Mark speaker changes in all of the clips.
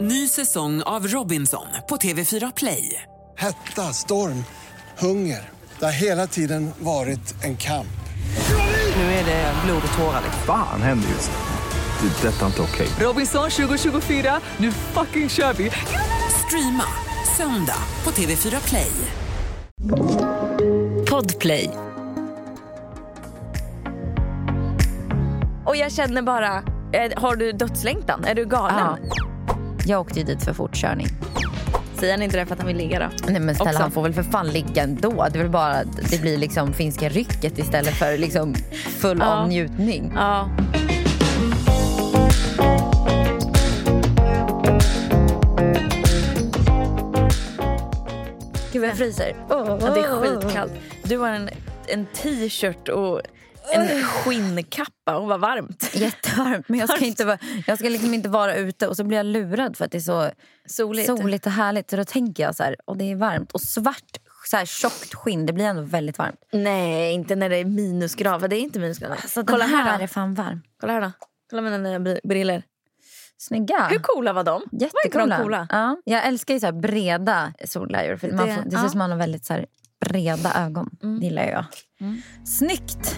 Speaker 1: Ny säsong av Robinson på TV4 Play.
Speaker 2: Hetta, storm, hunger. Det har hela tiden varit en kamp.
Speaker 1: Nu är det blod och tårar. liksom.
Speaker 3: Fan händer just nu. Det. är Detta är inte okej.
Speaker 1: Robinson 2024, nu fucking kör vi! Streama söndag på TV4 Play.
Speaker 4: Podplay.
Speaker 5: Och jag känner bara, eh, har du dödslängtan? Är du
Speaker 4: Ja.
Speaker 5: galen?
Speaker 4: Jag åkte ju dit för fortkörning.
Speaker 5: Säger han inte det för att han vill ligga då?
Speaker 4: Nej men snälla
Speaker 5: Också.
Speaker 4: han får väl för fan ligga ändå. Det, är väl bara, att det blir liksom finska rycket istället för liksom full
Speaker 5: Ja.
Speaker 4: on njutning.
Speaker 5: Ja. Gud jag fryser. Ja, det är skitkallt. Du har en, en t-shirt och en skinnkappa och vad varmt.
Speaker 4: Jättevarmt men jag ska, inte vara, jag ska liksom inte vara ute och så blir jag lurad för att det är så
Speaker 5: Soligt.
Speaker 4: soligt och härligt. Så då tänker jag så här, och det är varmt och svart så här tjockt skinn, det blir ändå väldigt varmt.
Speaker 5: Nej, inte när det är minusgrader. Det är inte minusgrader.
Speaker 4: Så
Speaker 5: Kolla
Speaker 4: den här,
Speaker 5: här då.
Speaker 4: är fan varm.
Speaker 5: Kolla här då. Kolla mina nya bri- briller.
Speaker 4: Snygga.
Speaker 5: Hur coola var de? Var inte
Speaker 4: Jättekola.
Speaker 5: de coola?
Speaker 4: Ja, jag älskar ju så här breda solglajjor. För man
Speaker 5: Det-
Speaker 4: får, det ser ut
Speaker 5: ja. Mm.
Speaker 4: som man har väldigt så här breda ögon. Det gillar jag. Snyggt!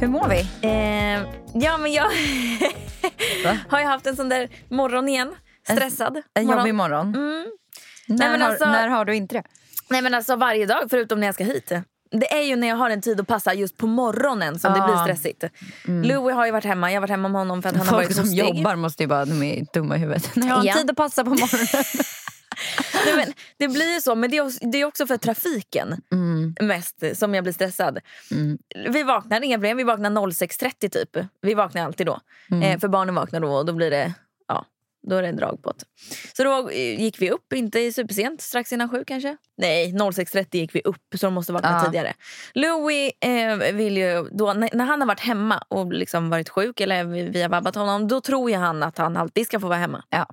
Speaker 4: Hur mår vi?
Speaker 5: Eh, ja, men jag
Speaker 4: Va?
Speaker 5: har ju haft en sån där morgon igen. Stressad.
Speaker 4: En jobbig morgon.
Speaker 5: Mm.
Speaker 4: När,
Speaker 5: men
Speaker 4: har,
Speaker 5: alltså-
Speaker 4: när har du inte det?
Speaker 5: Nej, men alltså varje dag förutom när jag ska hit. Det är ju när jag har en tid att passa just på morgonen som det
Speaker 4: Ja.
Speaker 5: blir stressigt. Louie har ju varit hemma. Jag har varit hemma med honom för att han har
Speaker 4: Mm. Folk
Speaker 5: varit
Speaker 4: som
Speaker 5: hostig.
Speaker 4: jobbar måste ju bara, de är dumma i huvudet. När jag har
Speaker 5: Ja.
Speaker 4: tid att passa på morgonen.
Speaker 5: Nej, men, det blir ju så, men det är också, det är också för trafiken
Speaker 4: Mm.
Speaker 5: mest som jag blir stressad. Vi vaknar inga problem. Vi vaknar 06.30 typ. Vi vaknar alltid då.
Speaker 4: Mm.
Speaker 5: Eh, för barnen vaknar då och då blir det, ja, då är det en dragbåt. Så då eh, gick vi upp, inte supersent, strax innan sju kanske. Nej, 06.30 gick vi upp så de måste vakna
Speaker 4: Ja.
Speaker 5: tidigare. Louis eh, vill ju då, när, när han har varit hemma och liksom varit sjuk eller vi, vi har vabbat honom, då tror ju han att han alltid ska få vara hemma.
Speaker 4: Ja.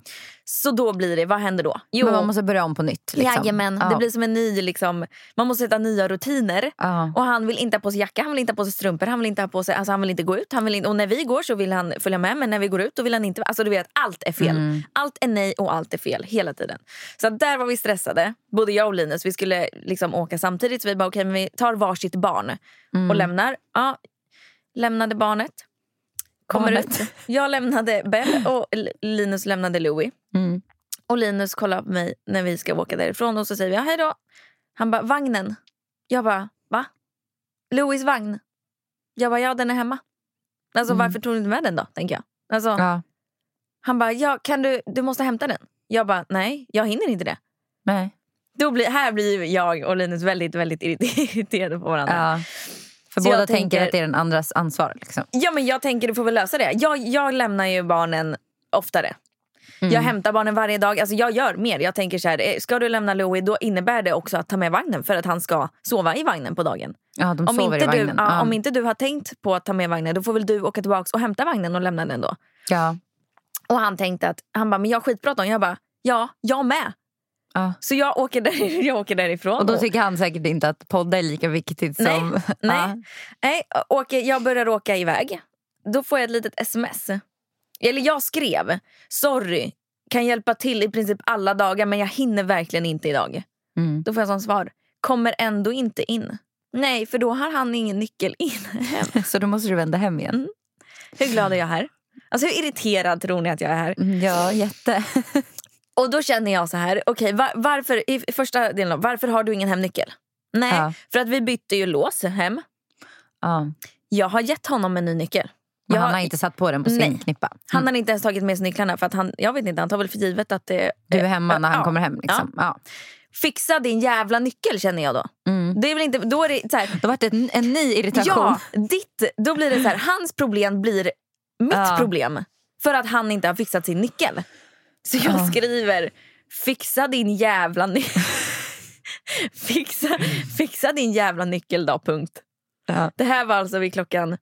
Speaker 5: Så då blir det, vad händer då? Jo,
Speaker 4: Men man måste börja om på nytt. Liksom.
Speaker 5: Jajamän,
Speaker 4: Ja.
Speaker 5: det blir som en ny liksom, man måste sätta nya rutiner.
Speaker 4: Ja.
Speaker 5: Och han vill inte ha på sig jacka, han vill inte ha på sig strumpor, han vill inte ha på sig, alltså han vill inte gå ut. Han vill inte, och när vi går så vill han följa med men när vi går ut då vill han inte. Alltså du vet, allt är fel.
Speaker 4: Mm.
Speaker 5: Allt är nej och allt är fel hela tiden. Så att där var vi stressade, både jag och Linus. Vi skulle liksom åka samtidigt så vi bara okej men vi tar varsitt barn
Speaker 4: Mm.
Speaker 5: och lämnar. Ja, lämnade barnet. Kommer
Speaker 4: Barnet.
Speaker 5: ut. Jag lämnade Bell och L- Linus lämnade Louie.
Speaker 4: Mm.
Speaker 5: Och Linus kollar på mig när vi ska åka därifrån och så säger vi ja, hej då. Han bara vagnen. Jag bara va? Louis vagn. Jag bara ja den är hemma. Alltså varför tog du inte med den då? Tänker jag. Alltså,
Speaker 4: Mm. Ja.
Speaker 5: Han bara ja kan du, du måste hämta den. Jag bara nej jag hinner inte det.
Speaker 4: Nej.
Speaker 5: Då blir, här blir jag och Linus väldigt väldigt irriterade på varandra.
Speaker 4: Ja. För
Speaker 5: Så jag
Speaker 4: båda tänker,
Speaker 5: tänker-
Speaker 4: att det är den andras ansvar. Liksom.
Speaker 5: Ja men jag tänker du får väl lösa det. Jag, jag lämnar ju barnen oftare.
Speaker 4: Mm.
Speaker 5: Jag hämtar barnen varje dag. Alltså jag gör mer. Jag tänker så här, eh, ska du lämna Louie då innebär det också att ta med vagnen för att han ska sova i vagnen på dagen.
Speaker 4: Ja, de
Speaker 5: Om
Speaker 4: sover
Speaker 5: inte,
Speaker 4: i
Speaker 5: du,
Speaker 4: vagnen. Ah.
Speaker 5: ja, om inte du har tänkt på att ta med vagnen då får väl du åka tillbaka och hämta vagnen och lämna den då.
Speaker 4: ja.
Speaker 5: Och han tänkte att, han bara men jag har skitbråttom. Jag bara, ja jag med.
Speaker 4: Ja.
Speaker 5: Så jag åker, där, jag åker därifrån.
Speaker 4: Ah. Och då tycker han säkert inte att podda är lika viktigt
Speaker 5: Nej,
Speaker 4: som...
Speaker 5: Nej, nej åker, jag börjar åka iväg. Då får jag ett litet sms. Eller jag skrev, sorry, kan hjälpa till i princip alla dagar men jag hinner verkligen inte idag.
Speaker 4: Ja. Mm.
Speaker 5: Då får jag som svar, kommer ändå inte in. Nej, för då har han ingen nyckel in hem.
Speaker 4: Så då måste du vända hem igen.
Speaker 5: Hur glad är jag här? Alltså hur irriterad tror ni att jag är här?
Speaker 4: Mm, Ja, jätte.
Speaker 5: Och då känner jag så här, okej va- varför, i i första delen av, varför har du ingen hemnyckel? Nej,
Speaker 4: Ja.
Speaker 5: för att vi bytte ju lås hem.
Speaker 4: Ja. Men
Speaker 5: Jag har gett honom en ny nyckel. Jag
Speaker 4: han har inte satt på Mm. den på sin
Speaker 5: Nej.
Speaker 4: knippa.
Speaker 5: Han har inte ens tagit med sig nycklarna. För att han, jag vet inte, han tar väl för givet att det...
Speaker 4: Du är hemma
Speaker 5: Eh,
Speaker 4: när han
Speaker 5: ja.
Speaker 4: kommer hem. Liksom. Ja.
Speaker 5: Fixa din jävla nyckel känner jag då.
Speaker 4: Mm.
Speaker 5: Det är väl inte... Då är det så här,
Speaker 4: Då vart det en, en ny irritation.
Speaker 5: ja, ditt... Då blir det så här, hans problem blir mitt
Speaker 4: Ja.
Speaker 5: problem. För att han inte har fixat sin nyckel. Så jag
Speaker 4: Ja.
Speaker 5: skriver, fixa din jävla nyckel. fixa, fixa din jävla nyckel då, punkt.
Speaker 4: Ja.
Speaker 5: Det här var alltså vid klockan...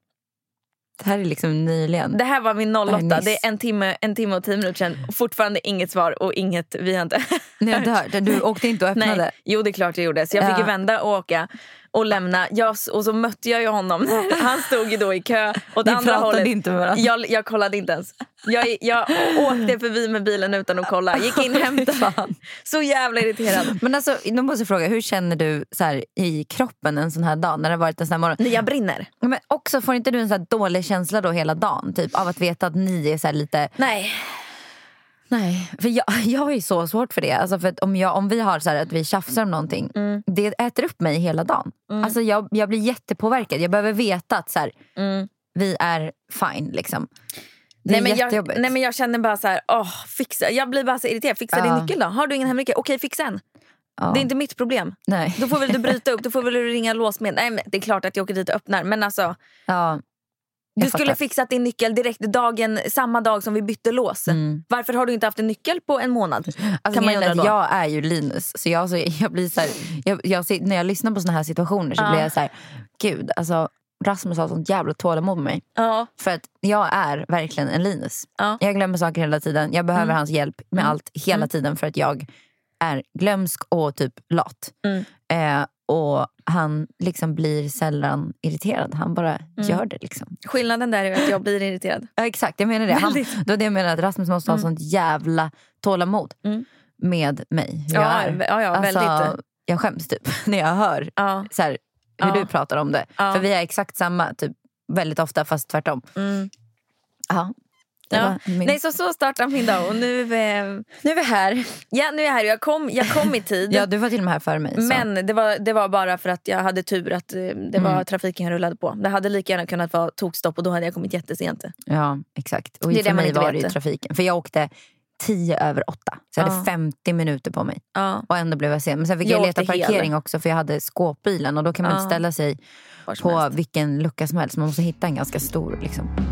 Speaker 4: Det här är liksom nyligen.
Speaker 5: Det här var vid 08.
Speaker 4: Det här är nyss.
Speaker 5: Det är en timme, en timme och tio minuter sedan. Och fortfarande inget svar och inget... Vi har inte...
Speaker 4: Ni har inte hört det. Du åkte inte och öppnade.
Speaker 5: Nej, jo det är klart jag gjorde. Så jag fick
Speaker 4: Ja.
Speaker 5: ju vända och åka. och lämna. Jag, och så mötte jag ju honom. Han stod ju då i kö åt
Speaker 4: Ni
Speaker 5: andra
Speaker 4: pratade
Speaker 5: hållet.
Speaker 4: inte med varandra.
Speaker 5: Jag, jag kollade inte ens. Jag, jag åkte förbi med bilen utan att kolla. Gick in, hämtade. Så jävla irriterad.
Speaker 4: Men alltså, nu måste jag fråga, hur känner du så här, i kroppen en sån här dag? När det har varit en sån här morgon?
Speaker 5: Nej, Jag brinner.
Speaker 4: Ja, Men också, får inte du en så här dålig känsla då hela dagen? Typ av att veta att ni är så här lite...
Speaker 5: Nej.
Speaker 4: Nej, för jag, jag har ju så svårt för det. Alltså för att om, jag, om vi har så här att vi tjafsar om någonting,
Speaker 5: Mm.
Speaker 4: det äter upp mig hela dagen. Alltså jag, jag blir jättepåverkad. Jag behöver veta att så här, vi är fine. Liksom. Det
Speaker 5: Mm. Nej
Speaker 4: är
Speaker 5: men, jag,
Speaker 4: jättejobbigt.
Speaker 5: nej men jag känner bara så här, åh, fixa. jag blir bara så irriterad. Fixa din
Speaker 4: Ja.
Speaker 5: nyckel då. Har du ingen hemnyckel? Okej, fixa en.
Speaker 4: Ja.
Speaker 5: Det är inte mitt problem.
Speaker 4: Nej.
Speaker 5: Då får väl du bryta upp, då får väl du ringa låsmed. Nej men det är klart att jag åker dit och öppnar. Men alltså,
Speaker 4: Ja.
Speaker 5: du
Speaker 4: Jag
Speaker 5: skulle
Speaker 4: fattar.
Speaker 5: fixat din nyckel direkt dagen, samma dag som vi bytte lås. Varför har du inte haft en nyckel på en månad?
Speaker 4: Mm. Alltså,
Speaker 5: kan man
Speaker 4: grejen är
Speaker 5: undra
Speaker 4: att
Speaker 5: då.
Speaker 4: jag är ju Linus, så jag, så jag blir så här, jag, jag, ser- när jag lyssnar på såna här situationer så
Speaker 5: Ja.
Speaker 4: blir jag så här, gud, alltså, Rasmus har sånt jävla tålamod med mig.
Speaker 5: Ja,
Speaker 4: För att jag är verkligen en Linus.
Speaker 5: Ja. Mm.
Speaker 4: Jag glömmer saker hela tiden. Jag behöver hans hjälp med allt hela tiden för att jag är glömsk och typ lat.
Speaker 5: Mm.
Speaker 4: Eh, och han liksom blir sällan irriterad. Han bara
Speaker 5: Mm.
Speaker 4: gör det. liksom.
Speaker 5: skillnaden där är att jag blir irriterad.
Speaker 4: Ja, exakt, jag menar det. Han,
Speaker 5: Väldigt.
Speaker 4: det var det jag menar, att Rasmus måste
Speaker 5: Mm.
Speaker 4: ha sånt jävla tålamod med mig. Hur
Speaker 5: Ja,
Speaker 4: jag är.
Speaker 5: ja, ja, väldigt.
Speaker 4: Jag skäms typ när jag hör
Speaker 5: Ja.
Speaker 4: så här, hur
Speaker 5: Ja.
Speaker 4: du pratar om det.
Speaker 5: Ja.
Speaker 4: För vi är exakt samma typ, väldigt ofta, fast tvärtom. Ja. Det
Speaker 5: mm. Ja.
Speaker 4: var min-
Speaker 5: Nej, så, så startar min dag och nu, eh, nu är vi här. Ja, nu är jag här. Jag kom, jag kom i tid.
Speaker 4: Ja, du var till och med här före mig. så.
Speaker 5: Men det var, det var bara för att jag hade tur att eh, det var
Speaker 4: Mm.
Speaker 5: trafiken jag rullade på. Det hade lika gärna kunnat vara tokstopp och då hade jag kommit jättesent.
Speaker 4: Ja, exakt. Och
Speaker 5: Det är
Speaker 4: för
Speaker 5: det man
Speaker 4: mig
Speaker 5: inte
Speaker 4: var
Speaker 5: vet.
Speaker 4: det ju trafiken. För jag åkte tio över åtta. Så jag
Speaker 5: Ja.
Speaker 4: hade 50 minuter på mig.
Speaker 5: Ja.
Speaker 4: Och ändå blev jag sen. Men sen fick
Speaker 5: Jag
Speaker 4: jag, leta
Speaker 5: åkte hel.
Speaker 4: parkering också för jag hade skåpbilen. Och då kan man inte ställa sig
Speaker 5: Var som
Speaker 4: på
Speaker 5: helst.
Speaker 4: vilken lucka som helst. Man måste hitta en ganska stor. Liksom.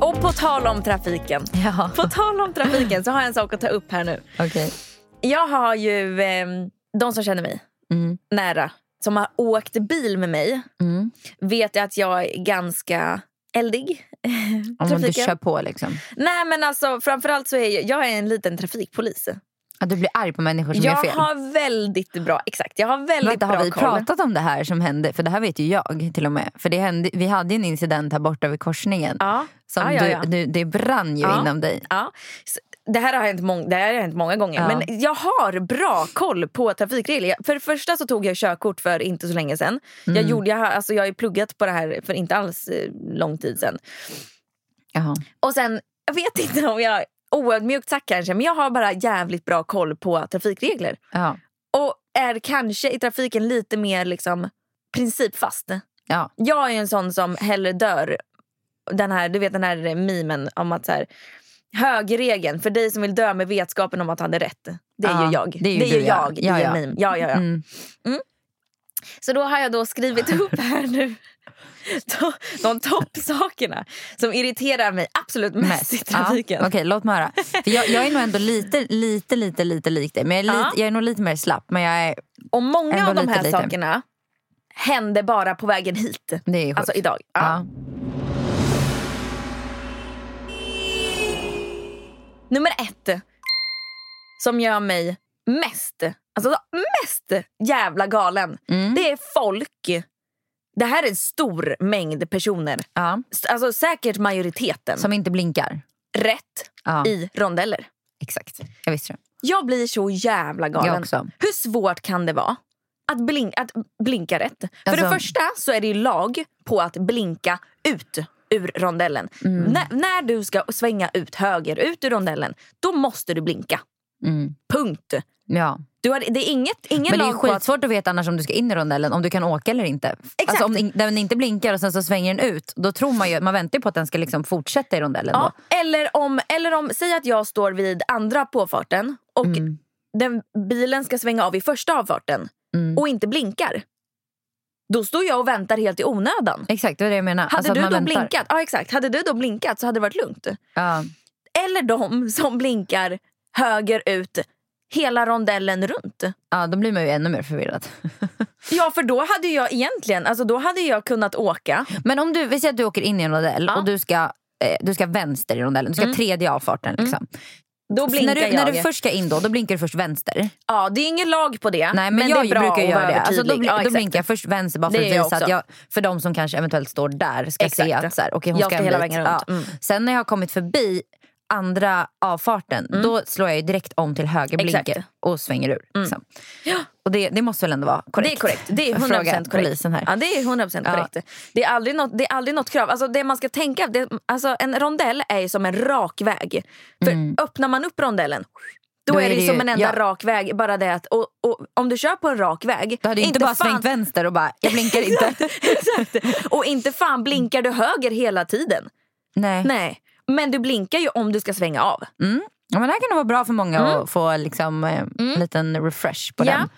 Speaker 5: Och på tal om trafiken.
Speaker 4: Ja.
Speaker 5: På tal om trafiken så har jag en sak att ta upp här nu.
Speaker 4: Okej.
Speaker 5: Jag har ju eh, de som känner mig
Speaker 4: Mm.
Speaker 5: nära, som har åkt bil med mig, vet att jag är ganska eldig.
Speaker 4: Om du
Speaker 5: Trafiken.
Speaker 4: kör på liksom.
Speaker 5: Nej men alltså framförallt så är jag, jag är en liten trafikpolis.
Speaker 4: Att du blir arg på människor som
Speaker 5: jag
Speaker 4: gör fel.
Speaker 5: har väldigt bra, exakt, jag har väldigt
Speaker 4: Vänta,
Speaker 5: bra
Speaker 4: har vi
Speaker 5: koll.
Speaker 4: pratat om det här som hände? För det här vet ju jag till och med. För det hände, vi hade ju en incident här borta vid korsningen.
Speaker 5: Ja.
Speaker 4: Som
Speaker 5: Ja, ja,
Speaker 4: du,
Speaker 5: ja.
Speaker 4: Du, det brann ju
Speaker 5: Ja.
Speaker 4: inom dig.
Speaker 5: Ja. Så Det här har hänt, mång- det här har hänt många gånger.
Speaker 4: Ja.
Speaker 5: Men jag har bra koll på trafikregler. Jag- För det första så tog jag körkort för inte så länge sedan.
Speaker 4: Mm.
Speaker 5: Jag, gjorde, jag, har- alltså jag har ju pluggat på det här för inte alls eh, lång tid sedan.
Speaker 4: Jaha.
Speaker 5: Och sen, jag vet inte om jag oödmjukt sagt kanske, men jag har bara jävligt bra koll på trafikregler.
Speaker 4: Ja.
Speaker 5: Och är kanske i trafiken lite mer liksom principfast.
Speaker 4: Ja.
Speaker 5: Jag är ju en sån som hellre dör. Den här, du vet den här memen om att så här, högerregeln, för dig som vill dö med vetskapen om att han är rätt. Det är
Speaker 4: Ja,
Speaker 5: ju jag.
Speaker 4: det är ju du, ja.
Speaker 5: jag
Speaker 4: Ja,
Speaker 5: i en
Speaker 4: ja.
Speaker 5: meme. Ja, ja, ja.
Speaker 4: Mm.
Speaker 5: Så då har jag då skrivit upp här nu de, de toppsakerna som irriterar mig absolut mest, i trafiken.
Speaker 4: Ja, Okej, låt mig höra. För jag, jag är nog ändå lite, lite, lite, lite lik dig. Men jag är,
Speaker 5: Ja.
Speaker 4: lite, jag är nog lite mer slapp. Men jag är,
Speaker 5: Och många
Speaker 4: Ändå
Speaker 5: av de
Speaker 4: lite,
Speaker 5: här
Speaker 4: lite.
Speaker 5: sakerna hände bara på vägen hit.
Speaker 4: det är sjukt.
Speaker 5: Alltså idag. Ja.
Speaker 4: Ja.
Speaker 5: Nummer ett som gör mig mest, alltså mest jävla galen.
Speaker 4: Mm.
Speaker 5: Det är folk. Det här är en stor mängd personer.
Speaker 4: Ja.
Speaker 5: S- Alltså säkert majoriteten.
Speaker 4: Som inte blinkar.
Speaker 5: rätt
Speaker 4: Ja,
Speaker 5: i rondeller.
Speaker 4: Exakt. Jag visste det.
Speaker 5: Jag blir så jävla galen.
Speaker 4: Jag också.
Speaker 5: Hur svårt kan det vara att, blink, att blinka rätt? För
Speaker 4: Alltså-
Speaker 5: det första så är det ju lag på att blinka ut ur rondellen.
Speaker 4: Mm.
Speaker 5: När, när du ska svänga ut höger, ut ur rondellen, då måste du blinka.
Speaker 4: Mm.
Speaker 5: Punkt.
Speaker 4: Ja.
Speaker 5: Du har, det är inget, ingen
Speaker 4: Men det är
Speaker 5: lag på att-
Speaker 4: skitsvårt att veta annars om du ska in i rondellen, om du kan åka eller inte. Alltså, om den- den inte blinkar och sen så svänger den ut, då tror man ju, man väntar ju på att den ska liksom fortsätta i rondellen.
Speaker 5: Ja,
Speaker 4: Då.
Speaker 5: eller, om, eller om, säg att jag står vid andra påfarten och
Speaker 4: Mm.
Speaker 5: den bilen ska svänga av i första avfarten
Speaker 4: Mm.
Speaker 5: och inte blinkar. Då står jag och väntar helt i onödan.
Speaker 4: Exakt, det var det jag menade.
Speaker 5: Hade
Speaker 4: Alltså att
Speaker 5: du då
Speaker 4: man väntar.
Speaker 5: blinkat ja, exakt. Hade du då blinkat så hade det varit lugnt.
Speaker 4: Ja.
Speaker 5: Eller de som blinkar höger ut hela rondellen runt.
Speaker 4: ja, då blir man ju ännu mer förvirrad.
Speaker 5: Ja, för då hade jag egentligen alltså då hade jag kunnat åka.
Speaker 4: Men om du, vi säger att du åker in i en rondell
Speaker 5: Ja.
Speaker 4: och du ska, eh, du ska vänster i rondellen, du ska tredje avfarten. Liksom.
Speaker 5: Då
Speaker 4: Så
Speaker 5: Mm. blinkar
Speaker 4: när, du,
Speaker 5: jag.
Speaker 4: när du först ska in då, då blinkar du först vänster.
Speaker 5: ja, det är ingen lag på det.
Speaker 4: Nej men, jag
Speaker 5: det är bra
Speaker 4: brukar
Speaker 5: att
Speaker 4: göra
Speaker 5: vara
Speaker 4: det. Alltså, då
Speaker 5: övertydlig.
Speaker 4: bli,
Speaker 5: Ja,
Speaker 4: då
Speaker 5: exakt.
Speaker 4: blinkar jag först vänster bara för
Speaker 5: Det
Speaker 4: att
Speaker 5: gör jag
Speaker 4: visa att
Speaker 5: också.
Speaker 4: jag, för de som kanske eventuellt står där ska se
Speaker 5: Exakt.
Speaker 4: att så här, okej, hon
Speaker 5: Jag
Speaker 4: ska,
Speaker 5: ska
Speaker 4: en
Speaker 5: hela
Speaker 4: bit.
Speaker 5: vägen runt.
Speaker 4: Ja.
Speaker 5: Mm.
Speaker 4: Sen när jag har kommit förbi andra avfarten, då slår jag ju direkt om till höger
Speaker 5: Mm. Exakt. Mm.
Speaker 4: blinker och svänger ur. Liksom. Och det, det måste väl ändå vara korrekt?
Speaker 5: Det är korrekt. Det är
Speaker 4: Jag
Speaker 5: 100%
Speaker 4: frågar
Speaker 5: korrekt.
Speaker 4: polisen här.
Speaker 5: Ja, det är 100%
Speaker 4: Ja.
Speaker 5: korrekt. Det är aldrig något, det är aldrig något krav. Alltså, det man ska tänka, det, alltså, en rondell är ju som en rak väg. För
Speaker 4: Mm.
Speaker 5: öppnar man upp rondellen då, är det, ju som en enda
Speaker 4: ja.
Speaker 5: rak väg. Bara det att, och, och, om du kör på en rak väg...
Speaker 4: Du hade ju inte, bara
Speaker 5: fan-
Speaker 4: svängt vänster och bara, jag blinkar inte.
Speaker 5: Exakt. Och inte fan blinkar du höger hela tiden.
Speaker 4: Nej.
Speaker 5: Nej. Men du blinkar ju om du ska svänga av.
Speaker 4: Ja, men det här kan nog vara bra för många att få liksom, eh, en liten refresh på
Speaker 5: Ja,
Speaker 4: den.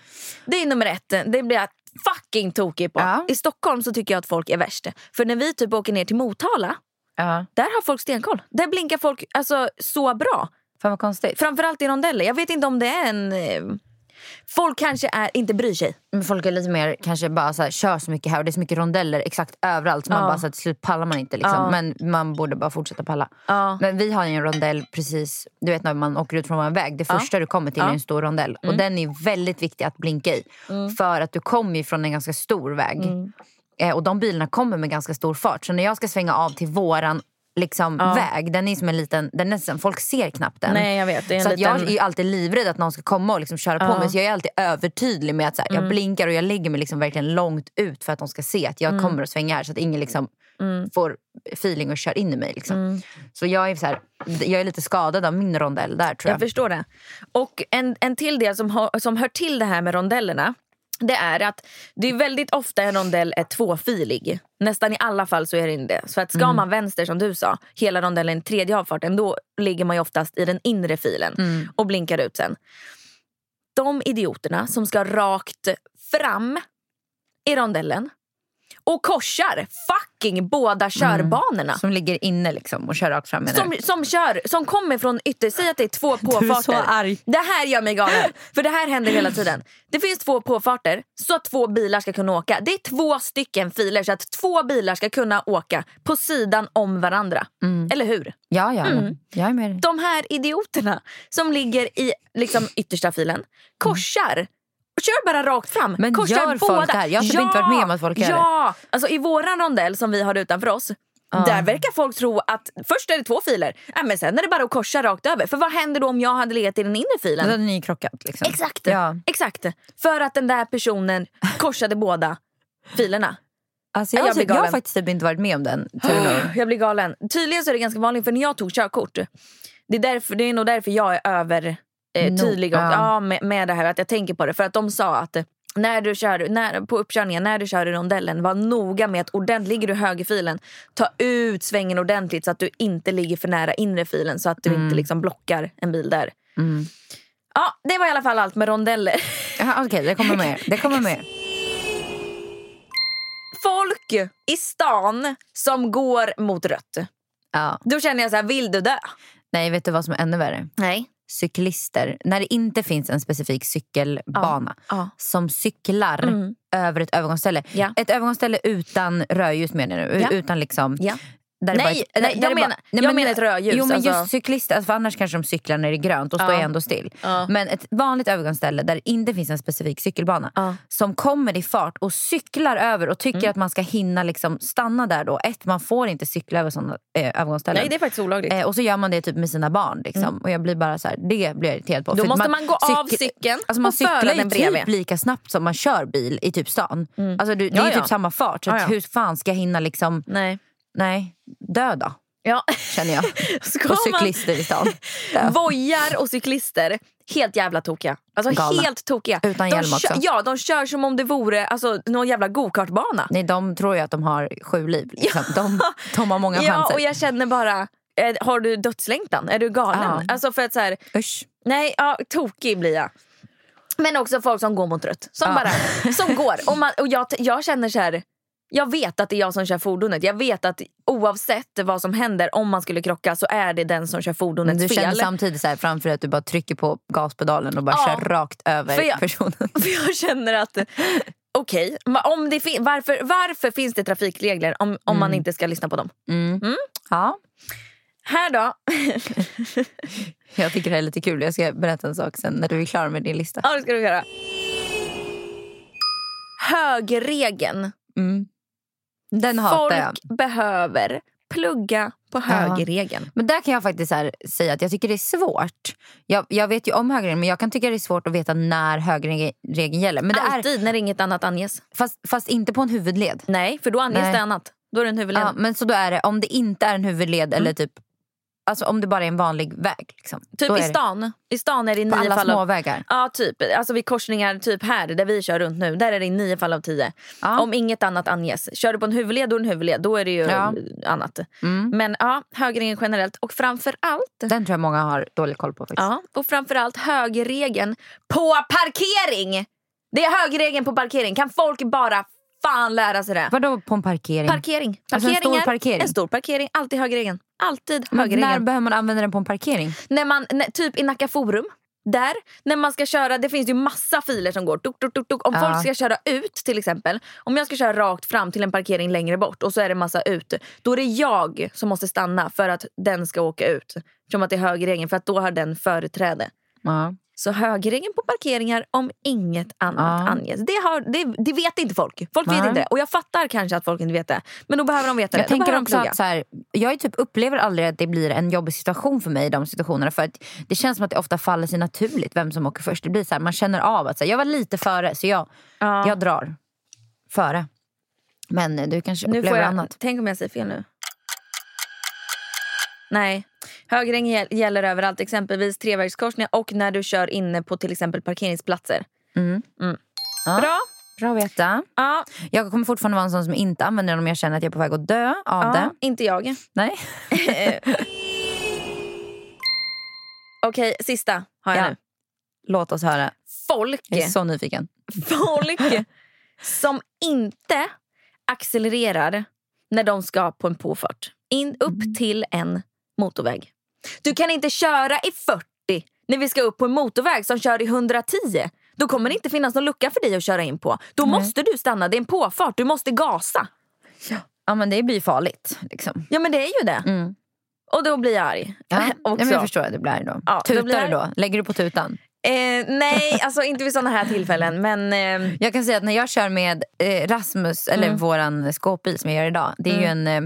Speaker 5: det är nummer ett. Det blir jag fucking tokig på.
Speaker 4: Ja.
Speaker 5: I Stockholm så tycker jag att folk är värst. För när vi typ åker ner till Motala
Speaker 4: Ja.
Speaker 5: Där har folk stenkoll. Där blinkar folk alltså, så bra.
Speaker 4: Fan vad konstigt.
Speaker 5: Framförallt i rondeller. Jag vet inte om det är en... eh, Folk kanske är, inte bryr sig.
Speaker 4: Men Folk är lite mer kanske bara så här, kör så mycket här och det är så mycket rondeller exakt överallt så man
Speaker 5: Ja.
Speaker 4: bara så här, till slut pallar man inte liksom.
Speaker 5: Ja.
Speaker 4: Men man borde bara fortsätta palla.
Speaker 5: Ja.
Speaker 4: Men vi har ju en rondell precis, du vet när man åker ut från vår väg, det
Speaker 5: Ja. Mm.
Speaker 4: första du kommer till är en stor rondell. Och den är väldigt viktig att blinka i. För att du kommer ju från en ganska stor väg.
Speaker 5: Mm.
Speaker 4: Eh, och de bilarna kommer med ganska stor fart. Så när jag ska svänga av till våran liksom, väg, den är som en liten, den är som, folk ser knappt den.
Speaker 5: Nej, jag vet. Det är en
Speaker 4: så att jag
Speaker 5: liten-
Speaker 4: är ju alltid livrädd att någon ska komma och liksom köra på mig. Så jag är alltid övertydlig med att så här,
Speaker 5: Mm.
Speaker 4: jag blinkar och jag lägger mig liksom verkligen långt ut för att de ska se att jag
Speaker 5: Mm.
Speaker 4: kommer att svänga här. Så att ingen liksom får feeling och kör in i mig. Liksom.
Speaker 5: Mm.
Speaker 4: Så, jag är så här, jag är lite skadad av min rondell där tror
Speaker 5: Jag
Speaker 4: jag.
Speaker 5: förstår det. Och en, en till del som, har- som hör till det här med rondellerna det är att det är väldigt ofta en rondell är tvåfilig. Nästan i alla fall så är det inte det. Så att ska
Speaker 4: Mm.
Speaker 5: man vänster som du sa, hela rondellen tredje avfarten, då ligger man ju oftast i den inre filen
Speaker 4: Mm.
Speaker 5: och blinkar ut sen. De idioterna som ska rakt fram i rondellen och korsar fucking båda körbanorna.
Speaker 4: Mm. Som ligger inne liksom och kör rakt fram. menar
Speaker 5: Som,
Speaker 4: du?
Speaker 5: som kör, som kommer från ytter, säg att det är två påfarter.
Speaker 4: så arg.
Speaker 5: Det här gör mig galen. För det här händer hela tiden. Det finns två påfarter så att två bilar ska kunna åka. Det är två stycken filer så att två bilar ska kunna åka på sidan om varandra.
Speaker 4: Mm.
Speaker 5: Eller hur?
Speaker 4: Ja, ja, ja.
Speaker 5: Mm.
Speaker 4: Jag är med dig.
Speaker 5: De här idioterna som ligger i liksom, yttersta filen korsar. Och Kör bara rakt fram.
Speaker 4: Men
Speaker 5: korsar
Speaker 4: gör folk
Speaker 5: båda.
Speaker 4: det här? Jag har typ inte varit med om att folk gör
Speaker 5: ja!
Speaker 4: det.
Speaker 5: Ja! Alltså, I våran rondell som vi har utanför oss Där verkar folk tro att först är det två filer, äh, men sen är det bara att korsa rakt över. För vad händer då om jag hade legat i den inre
Speaker 4: Då
Speaker 5: filen?
Speaker 4: hade ni krockat. Liksom.
Speaker 5: Exakt.
Speaker 4: Ja.
Speaker 5: Exakt! För att den där personen korsade båda filerna.
Speaker 4: Alltså, jag,
Speaker 5: Jag
Speaker 4: jag,
Speaker 5: blir
Speaker 4: jag har
Speaker 5: galen.
Speaker 4: faktiskt typ inte varit med om den. turen och-
Speaker 5: Jag blir galen. Tydligen så är det ganska vanligt, för när jag tog körkort, det är, därför, det är nog därför jag är över eh,
Speaker 4: No,
Speaker 5: tydlig och,
Speaker 4: ja.
Speaker 5: ja, med, med det här, att jag tänker på det. För att de sa att eh, när du kör, när, på uppkörningen, när du kör i rondellen, var noga med att ordentligt, ligger du i högerfilen, ta ut svängen ordentligt så att du inte ligger för nära inre filen så att du
Speaker 4: Mm.
Speaker 5: inte liksom blockar en bil där. Ja, det var i alla fall allt med rondeller.
Speaker 4: Jaha, Okej, det kommer med. Det kommer med.
Speaker 5: Folk i stan som går mot rött.
Speaker 4: Ja.
Speaker 5: Då känner jag så här, vill du dö?
Speaker 4: Nej, vet du vad som är ännu värre?
Speaker 5: Nej.
Speaker 4: cyklister, när det inte finns en specifik cykelbana
Speaker 5: Ja. Mm.
Speaker 4: som cyklar över ett övergångsställe.
Speaker 5: Ja.
Speaker 4: Ett övergångsställe utan rödljus menar jag nu.
Speaker 5: Ja.
Speaker 4: Utan liksom...
Speaker 5: Ja.
Speaker 4: Där det
Speaker 5: Nej,
Speaker 4: bara är-
Speaker 5: nej, jag
Speaker 4: det bara-
Speaker 5: menar- jag menar ett rödljus,
Speaker 4: Jo men
Speaker 5: alltså.
Speaker 4: just cyklister, alltså, för annars kanske de cyklar när det är grönt och står
Speaker 5: Ja.
Speaker 4: jag ändå still.
Speaker 5: Ja.
Speaker 4: Men ett vanligt övergångsställe där det inte finns en specifik cykelbana
Speaker 5: Ja. Mm.
Speaker 4: som kommer i fart och cyklar över och tycker att man ska hinna liksom stanna där då. Ett, man får inte cykla över sådana eh, övergångsställen.
Speaker 5: Nej, det är faktiskt olagligt.
Speaker 4: Eh, och så gör man det typ med sina barn. Liksom. Och jag blir bara så här, det blir jag irriterad på.
Speaker 5: Då
Speaker 4: att
Speaker 5: måste man gå av
Speaker 4: cykel-
Speaker 5: cykeln
Speaker 4: alltså man
Speaker 5: och föra
Speaker 4: cyklar ju
Speaker 5: den bredvid.
Speaker 4: typ lika snabbt som man kör bil i typ stan. Alltså du, det
Speaker 5: Ja,
Speaker 4: är ju
Speaker 5: ja.
Speaker 4: typ samma fart. Så
Speaker 5: Ja,
Speaker 4: att
Speaker 5: ja.
Speaker 4: hur fan ska jag hinna liksom
Speaker 5: Nej.
Speaker 4: Nej, dö då,
Speaker 5: Ja.
Speaker 4: känner jag.
Speaker 5: Ska
Speaker 4: Och
Speaker 5: man-
Speaker 4: cyklister i stan. Dö.
Speaker 5: Vojar och cyklister, helt jävla tokiga. Alltså
Speaker 4: Galna.
Speaker 5: helt tokiga.
Speaker 4: Utan
Speaker 5: de
Speaker 4: hjälm också.
Speaker 5: Kör, ja, de kör som om det vore alltså, någon jävla gokartbana.
Speaker 4: Nej, de tror ju att de har sju liv. Liksom. De, de har många
Speaker 5: Ja,
Speaker 4: chanser.
Speaker 5: och jag känner bara, eh, har du dödslängtan? Är du galen?
Speaker 4: Ja.
Speaker 5: Alltså för att så här,
Speaker 4: Usch.
Speaker 5: nej, ja, tokig blir jag. Men också folk som går mot rött. Som
Speaker 4: Ja.
Speaker 5: bara, som går. Och, man, och jag, t- jag känner så här, jag vet att det är jag som kör fordonet. Jag vet att oavsett vad som händer om man skulle krocka så är det den som kör
Speaker 4: Men
Speaker 5: fordonets
Speaker 4: du
Speaker 5: fel.
Speaker 4: känner samtidigt så här framför att du bara trycker på gaspedalen och bara
Speaker 5: Ja.
Speaker 4: kör rakt över
Speaker 5: För jag-
Speaker 4: personen.
Speaker 5: För jag känner att okej, va- om det fin- varför, varför finns det trafikregler om, om man
Speaker 4: Mm.
Speaker 5: inte ska lyssna på dem?
Speaker 4: Ja,
Speaker 5: Här då.
Speaker 4: jag tycker det är lite kul. Jag ska berätta en sak sen när du är klar med din lista.
Speaker 5: ja, det ska du göra. Högerregeln.
Speaker 4: Mm. Den hatar jag.
Speaker 5: Folk behöver plugga på högerregeln.
Speaker 4: Men där kan jag faktiskt så här säga att jag tycker det är svårt. Jag, jag vet ju om högerregeln men jag kan tycka det är svårt att veta när högerregeln gäller. Men det är,
Speaker 5: Alltid när inget annat anges.
Speaker 4: fast, fast inte på en huvudled.
Speaker 5: Nej, för då anges
Speaker 4: Nej.
Speaker 5: det annat. Då är det en huvudled.
Speaker 4: Ja, men så då är det om det inte är en huvudled
Speaker 5: Mm.
Speaker 4: eller typ alltså om det bara är en vanlig väg. Liksom, då
Speaker 5: typ i
Speaker 4: är det
Speaker 5: stan. I stan är det i
Speaker 4: På
Speaker 5: nio
Speaker 4: alla
Speaker 5: fall av...
Speaker 4: småvägar.
Speaker 5: Ja, typ. Alltså vid korsningar, typ här där vi kör runt nu, där är det i nio fall av tio.
Speaker 4: Ja.
Speaker 5: Om inget annat anges. Kör du på en huvudled, då är det en huvudled. Då är det ju
Speaker 4: Ja.
Speaker 5: eh, annat.
Speaker 4: Mm.
Speaker 5: Men ja, högerregeln generellt. Och framför allt,
Speaker 4: Den tror jag många har dålig koll på faktiskt.
Speaker 5: ja, och framför allt högerregeln på parkering! Det är högerregeln på parkering. Kan folk bara fan lära sig det?
Speaker 4: Vadå på en parkering?
Speaker 5: Parkering.
Speaker 4: Alltså en stor
Speaker 5: Parkeringar,
Speaker 4: parkering?
Speaker 5: En stor parkering. Alltid högerregeln. Alltid
Speaker 4: Men
Speaker 5: högerregeln.
Speaker 4: när behöver man använda den på en parkering?
Speaker 5: När man, när, typ i Nacka Forum. Där, när man ska köra, det finns ju massa filer som går. Tuk, tuk, tuk, tuk. Om
Speaker 4: Ja.
Speaker 5: folk ska köra ut till exempel. Om jag ska köra rakt fram till en parkering längre bort och så är det massa ut. Då är det jag som måste stanna för att den ska åka ut. Som att det är högerregeln för att då har den företräde.
Speaker 4: Ja.
Speaker 5: Så högerregeln på parkeringar om inget annat
Speaker 4: Ja.
Speaker 5: anges. Det, har, det, det vet inte folk. Folk vet
Speaker 4: Nej.
Speaker 5: inte det. Och jag fattar kanske att folk inte vet det. Men då behöver de veta
Speaker 4: Jag
Speaker 5: det. Då
Speaker 4: tänker
Speaker 5: behöver
Speaker 4: också
Speaker 5: de plugga.
Speaker 4: att så här, jag är typ upplever aldrig att det blir en jobbig situation för mig i de situationerna. För att det känns som att det ofta faller sig naturligt vem som åker först. Det blir så här, man känner av att så här, jag var lite före så jag,
Speaker 5: Ja.
Speaker 4: jag drar före. Men eh, du kanske
Speaker 5: Nu får
Speaker 4: upplever
Speaker 5: jag,
Speaker 4: annat.
Speaker 5: Tänk om jag säger fel nu. Nej. Högerregeln gäll- gäller överallt, exempelvis trevägskorsningar och när du kör inne på till exempel parkeringsplatser.
Speaker 4: Ja.
Speaker 5: Bra.
Speaker 4: Bra att veta.
Speaker 5: Ja,
Speaker 4: Jag kommer fortfarande vara en sån som inte använder den om jag känner att jag är på väg att dö av det.
Speaker 5: ja inte jag.
Speaker 4: Nej.
Speaker 5: Okej, sista har jag
Speaker 4: Ja.
Speaker 5: nu.
Speaker 4: Låt oss höra.
Speaker 5: Folk,
Speaker 4: Jag är så nyfiken.
Speaker 5: folk som inte accelererar när de ska på en påfart. In,
Speaker 4: Mm.
Speaker 5: upp till en motorväg. Du kan inte köra i 40 när vi ska upp på en motorväg som kör i 110. Då kommer det inte finnas någon lucka för dig att köra in på. Då måste du stanna, det är en påfart, du måste gasa.
Speaker 4: Ja men det blir farligt. Liksom.
Speaker 5: Ja men det är ju det.
Speaker 4: Mm.
Speaker 5: Och då blir jag arg.
Speaker 4: Ja. Nej,
Speaker 5: Också.
Speaker 4: men jag förstår att det blir då.
Speaker 5: Ja, det
Speaker 4: Tutar
Speaker 5: blir-
Speaker 4: du då? Lägger du på tutan?
Speaker 5: eh, nej, alltså inte vid sådana här tillfällen. Men eh,
Speaker 4: Jag kan säga att när jag kör med eh, Rasmus, eller
Speaker 5: Mm.
Speaker 4: våran skåpbil som jag gör idag. Det är ju en eh,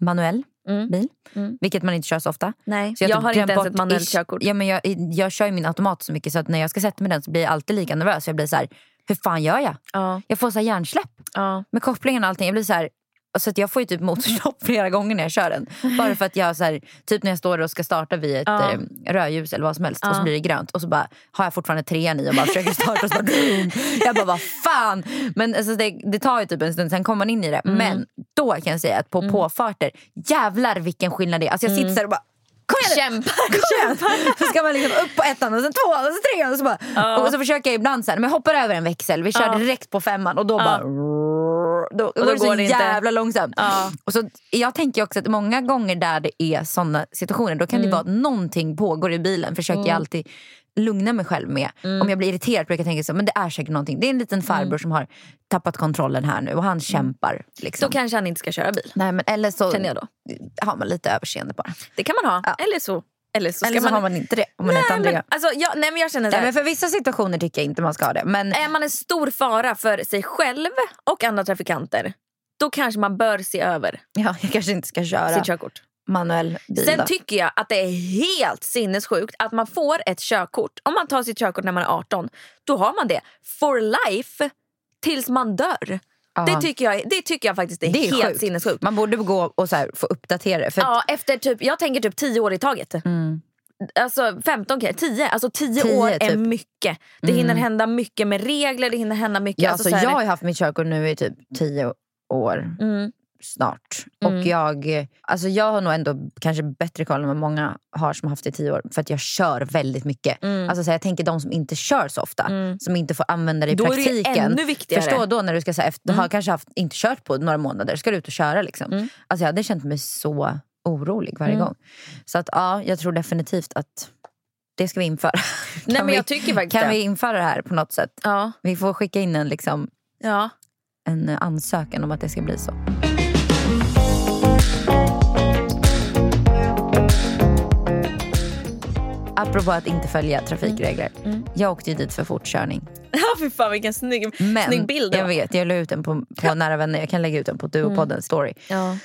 Speaker 4: manuell
Speaker 5: Mm.
Speaker 4: bil.
Speaker 5: Mm.
Speaker 4: Vilket man inte kör så ofta.
Speaker 5: nej,
Speaker 4: Så
Speaker 5: jag,
Speaker 4: typ
Speaker 5: har inte
Speaker 4: glömt
Speaker 5: ens ett
Speaker 4: bort
Speaker 5: manuellt
Speaker 4: ish-
Speaker 5: körkort.
Speaker 4: Ja, men jag, jag kör ju min automat så mycket så att när jag ska sätta mig i den så blir jag alltid lika nervös. Jag blir så här, hur fan gör jag?
Speaker 5: Ja,
Speaker 4: Jag får så här hjärnsläpp
Speaker 5: ja.
Speaker 4: med kopplingen och allting. Jag blir så här, så att jag får ju typ motorstopp flera gånger när jag kör den. Bara för att jag så här, typ när jag står och ska starta vid ett
Speaker 5: Ja.
Speaker 4: eh, rödljus eller vad som helst och
Speaker 5: Ja.
Speaker 4: så blir det grönt och så bara har jag fortfarande trean i och bara försöker starta och så bara dum. Jag bara vad fan. Men alltså, det, det tar ju typ en stund, sen kommer man in i det.
Speaker 5: Mm.
Speaker 4: Men då kan jag säga att på påfarter, jävlar vilken skillnad det är. Alltså jag sitter där och bara Kom igen nu!
Speaker 5: Mm. Kämpa,
Speaker 4: Kom igen! Så ska man liksom upp på ettan och sen tvåan och sen trean och så bara... Och så försöker jag ibland så här, men jag hoppar över en växel, vi kör
Speaker 5: Ja.
Speaker 4: direkt på femman och då bara... Då, och då,
Speaker 5: då
Speaker 4: är det så
Speaker 5: går det inte.
Speaker 4: jävla långsamt.
Speaker 5: Ja.
Speaker 4: Och så, jag tänker också att många gånger där det är såna situationer
Speaker 5: Mm.
Speaker 4: då kan det vara att någonting pågår i bilen. Försöker jag alltid lugna mig själv med.
Speaker 5: Mm.
Speaker 4: Om jag blir irriterad brukar jag tänka så, men det är säkert någonting. Det är en liten farbror som har tappat kontrollen här nu och han kämpar.
Speaker 5: Mm. Då
Speaker 4: Liksom.
Speaker 5: kanske han inte ska köra bil.
Speaker 4: Nej, men, eller så
Speaker 5: Känner jag då.
Speaker 4: har man lite överseende bara.
Speaker 5: Det kan man ha.
Speaker 4: Ja.
Speaker 5: Eller så. Eller så, ska
Speaker 4: Eller så
Speaker 5: man...
Speaker 4: har man inte det om man är
Speaker 5: nej,
Speaker 4: ett
Speaker 5: men,
Speaker 4: andra.
Speaker 5: alltså, jag, nej men jag känner så
Speaker 4: Nej,
Speaker 5: här.
Speaker 4: men för vissa situationer tycker jag inte man ska ha det. Men
Speaker 5: Är man en stor fara för sig själv och andra trafikanter då kanske man bör se över
Speaker 4: ja, jag kanske inte ska köra
Speaker 5: sitt körkort.
Speaker 4: manuell bil.
Speaker 5: Sen
Speaker 4: då.
Speaker 5: tycker jag att det är helt sinnessjukt att man får ett körkort. Om man tar sitt körkort när man är 18, då har man det for life tills man dör. Det, tycker jag, det tycker jag faktiskt är,
Speaker 4: Det är
Speaker 5: helt
Speaker 4: sjukt.
Speaker 5: sinnessjukt.
Speaker 4: Man borde gå och så här, få uppdatera det. För att
Speaker 5: Ja, efter typ, jag tänker typ 10 år i taget. Alltså 15, kanske, 10. Alltså 10
Speaker 4: 10
Speaker 5: år är
Speaker 4: Mm. typ. Mm.
Speaker 5: mycket. Det hinner hända mycket med regler, det hinner hända mycket.
Speaker 4: Ja,
Speaker 5: alltså,
Speaker 4: alltså,
Speaker 5: så här-
Speaker 4: jag har ju haft mitt körkort nu i typ tio år
Speaker 5: Mm.
Speaker 4: snart. Och jag, alltså jag har nog ändå kanske bättre koll än vad många har som har haft det i tio år. För att jag kör väldigt mycket.
Speaker 5: Mm.
Speaker 4: Alltså, så här, jag tänker de som inte kör så ofta. Som inte får använda det i
Speaker 5: Då är det ju
Speaker 4: praktiken.
Speaker 5: ännu viktigare. Mm.
Speaker 4: Förstå då när du ska så här, efter, har kanske haft, inte kört på några månader. Ska du ut och köra liksom. Alltså, jag hade känt mig så orolig varje
Speaker 5: Mm.
Speaker 4: gång. Så att ja, jag tror definitivt att det ska vi införa.
Speaker 5: Nej,
Speaker 4: Kan
Speaker 5: men
Speaker 4: vi-
Speaker 5: jag tycker faktiskt
Speaker 4: Kan
Speaker 5: det.
Speaker 4: vi införa det här på något sätt?
Speaker 5: Ja,
Speaker 4: Vi får skicka in en, liksom,
Speaker 5: ja.
Speaker 4: en ansökan om att det ska bli så. Apropå att inte följa trafikregler.
Speaker 5: Mm.
Speaker 4: Jag åkte ju dit för fortkörning.
Speaker 5: Ja, fy fan vilken snygg,
Speaker 4: Men
Speaker 5: snygg bild Mm. det
Speaker 4: jag
Speaker 5: var.
Speaker 4: vet, jag la ut den på, på nära vänner. Jag kan lägga ut den på du och podden story.
Speaker 5: Ja.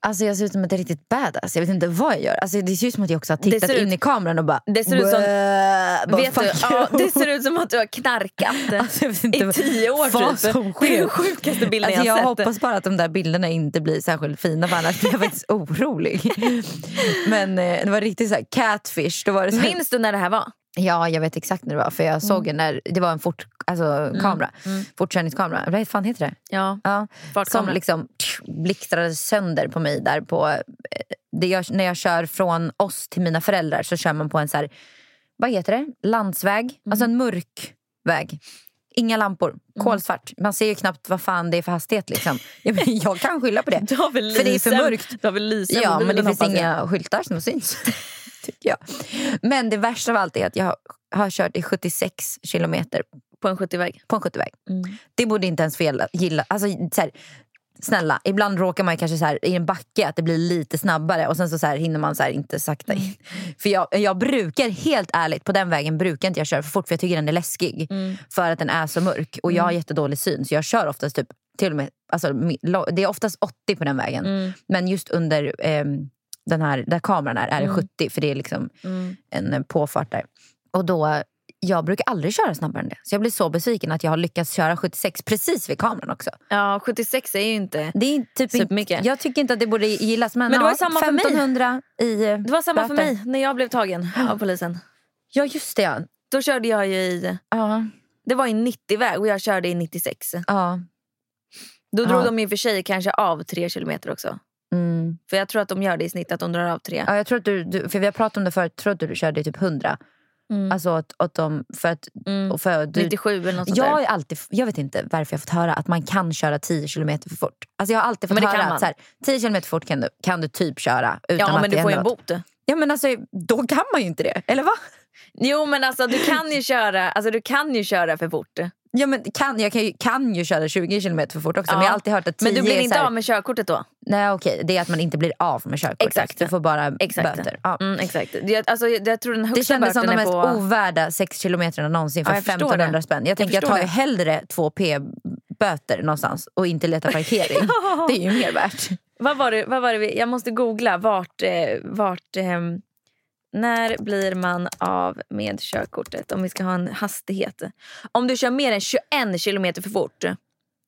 Speaker 4: Alltså jag ser ut som ett riktigt badass. Jag vet inte vad jag gör. Alltså det ser ut som att jag också har
Speaker 5: ser
Speaker 4: tittat
Speaker 5: ut-
Speaker 4: in i kameran och bara...
Speaker 5: Det ser ut som-
Speaker 4: "Bäh", bara,
Speaker 5: Vet du,
Speaker 4: "Fuck
Speaker 5: ja,
Speaker 4: you."
Speaker 5: det ser ut som att du har knarkat
Speaker 4: Alltså, jag vet inte
Speaker 5: i
Speaker 4: vad-
Speaker 5: tio år.
Speaker 4: vad
Speaker 5: typ.
Speaker 4: som
Speaker 5: det är
Speaker 4: sker.
Speaker 5: den sjukaste bilden
Speaker 4: Alltså,
Speaker 5: jag
Speaker 4: jag
Speaker 5: har sett.
Speaker 4: hoppas bara att de där bilderna inte blir särskilt fina för annars blir jag faktiskt orolig. Men eh, det var riktigt så här catfish. Då var det så här,
Speaker 5: Minns Mm. du när det här var?
Speaker 4: Ja, jag vet exakt när det var för jag såg en när det var en fort, alltså,
Speaker 5: Mm.
Speaker 4: kamera. Fortkörningskamera. Vad fan heter det?
Speaker 5: Ja.
Speaker 4: Ja, som
Speaker 5: Fartkamera.
Speaker 4: liksom tsch, blixtrade sönder på mig där på... eh, Det jag, när jag kör från oss till mina föräldrar så kör man på en så här, vad heter det? Landsväg. Alltså
Speaker 5: Mm.
Speaker 4: en mörk väg. Inga lampor, kolsvart. Man ser ju knappt vad fan det är för hastighet. Liksom. Jag, men, jag kan skylla på det.
Speaker 5: Du har väl
Speaker 4: för det är för
Speaker 5: lysen-
Speaker 4: mörkt.
Speaker 5: Du har väl lysen
Speaker 4: Ja,
Speaker 5: på
Speaker 4: men det
Speaker 5: bilen,
Speaker 4: finns
Speaker 5: hoppas jag.
Speaker 4: inga skyltar som syns. tycker jag. Men det värsta av allt är att jag har, har kört i 76 kilometer
Speaker 5: På en Mm. 70-väg.
Speaker 4: på en 70-väg. Det borde inte ens fel gilla. Alltså, så här, snälla, ibland råkar man ju kanske så här, i en backe att det blir lite snabbare och sen så, så här, hinner man så här, inte sakta in. För jag, jag brukar, helt ärligt, på den vägen brukar inte jag köra för fort för jag tycker den är läskig. För att den är så mörk och jag har jättedålig syn så jag kör oftast typ till och med, alltså, mi- lo- det är oftast 80 på den vägen. Men just under ehm, den här, där kameran är, är det 70 för det är liksom en påfart där. Och då, jag brukar aldrig köra snabbare än det. Så jag blir så besviken att jag har lyckats köra 76 precis vid kameran också.
Speaker 5: Ja, 76 är ju inte...
Speaker 4: Det är typ inte,
Speaker 5: Supermycket.
Speaker 4: jag tycker inte att det borde gillas.
Speaker 5: Men
Speaker 4: Men,
Speaker 5: det
Speaker 4: ja,
Speaker 5: var ju samma för mig.
Speaker 4: 1500 i
Speaker 5: Det var samma för mig när jag blev tagen av polisen.
Speaker 4: Ja, just det. Ja.
Speaker 5: Då körde jag ju i...
Speaker 4: Ja,
Speaker 5: Det var ju en 90-väg och jag körde i 96.
Speaker 4: ja.
Speaker 5: Då drog
Speaker 4: Ja.
Speaker 5: de i och för sig kanske av tre kilometer också.
Speaker 4: Mm.
Speaker 5: För jag tror att de gör det i snitt att de drar av tre.
Speaker 4: ja jag tror att du, du, för vi har pratat om det förut. Jag tror att du körde i typ 100. Alltså åt, åt dem, för att, och för att du,
Speaker 5: 97 Mm. eller något sånt
Speaker 4: jag,
Speaker 5: där.
Speaker 4: är alltid, jag vet inte varför jag fått höra att man kan köra 10 kilometer för fort. Alltså jag har alltid fått
Speaker 5: Men det kan
Speaker 4: höra
Speaker 5: man.
Speaker 4: att så här, 10 kilometer för fort kan du, kan du typ köra utan
Speaker 5: Ja
Speaker 4: att
Speaker 5: men
Speaker 4: det
Speaker 5: du får ju
Speaker 4: händer
Speaker 5: en
Speaker 4: något.
Speaker 5: bot.
Speaker 4: Ja men alltså då kan man ju inte det, eller va?
Speaker 5: Jo men alltså du kan ju köra, alltså, du kan ju köra för fort.
Speaker 4: Ja, men kan, jag kan ju, kan ju köra 20 kilometer för fort också men
Speaker 5: Ja.
Speaker 4: jag har alltid hört att 10
Speaker 5: Men du blir
Speaker 4: är så
Speaker 5: inte
Speaker 4: här,
Speaker 5: av med körkortet då?
Speaker 4: Nej okej, det är att man inte blir av med körkortet.
Speaker 5: Exakt.
Speaker 4: Du får bara
Speaker 5: Exakt.
Speaker 4: böter. Ja.
Speaker 5: Mm, exakt. Jag, alltså, jag, jag tror den högsta
Speaker 4: Det kändes som
Speaker 5: böten
Speaker 4: de
Speaker 5: är
Speaker 4: mest
Speaker 5: på...
Speaker 4: ovärda 6 kilometerna någonsin för
Speaker 5: Ja, jag förstår
Speaker 4: 1500
Speaker 5: det.
Speaker 4: spänn. Jag tänker jag,
Speaker 5: förstår
Speaker 4: tar ju
Speaker 5: det.
Speaker 4: hellre 2 p-böter någonstans och inte letar parkering. Det är ju mer värt.
Speaker 5: Vad var det, vad var det vi, jag måste googla vart, eh, vart ehm, när blir man av med körkortet om vi ska ha en hastighet. Om du kör mer än 21 kilometer för fort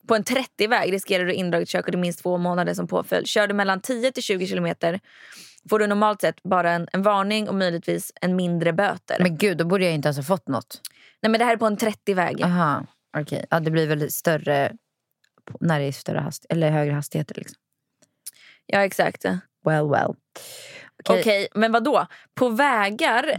Speaker 5: på en 30-väg riskerar du indraget körkort i minst två månader som påföljd. Kör du mellan 10 till 20 kilometer får du normalt sett bara en, en varning och möjligtvis en mindre böter.
Speaker 4: Men gud, då borde jag inte ens ha fått något.
Speaker 5: Nej, men det här är på en 30-väg.
Speaker 4: Aha, okej. Ja, det blir väl större på- när det är större hast- eller högre hastigheter. Liksom.
Speaker 5: Ja, exakt.
Speaker 4: Well, well.
Speaker 5: Okej, men vad då? På vägar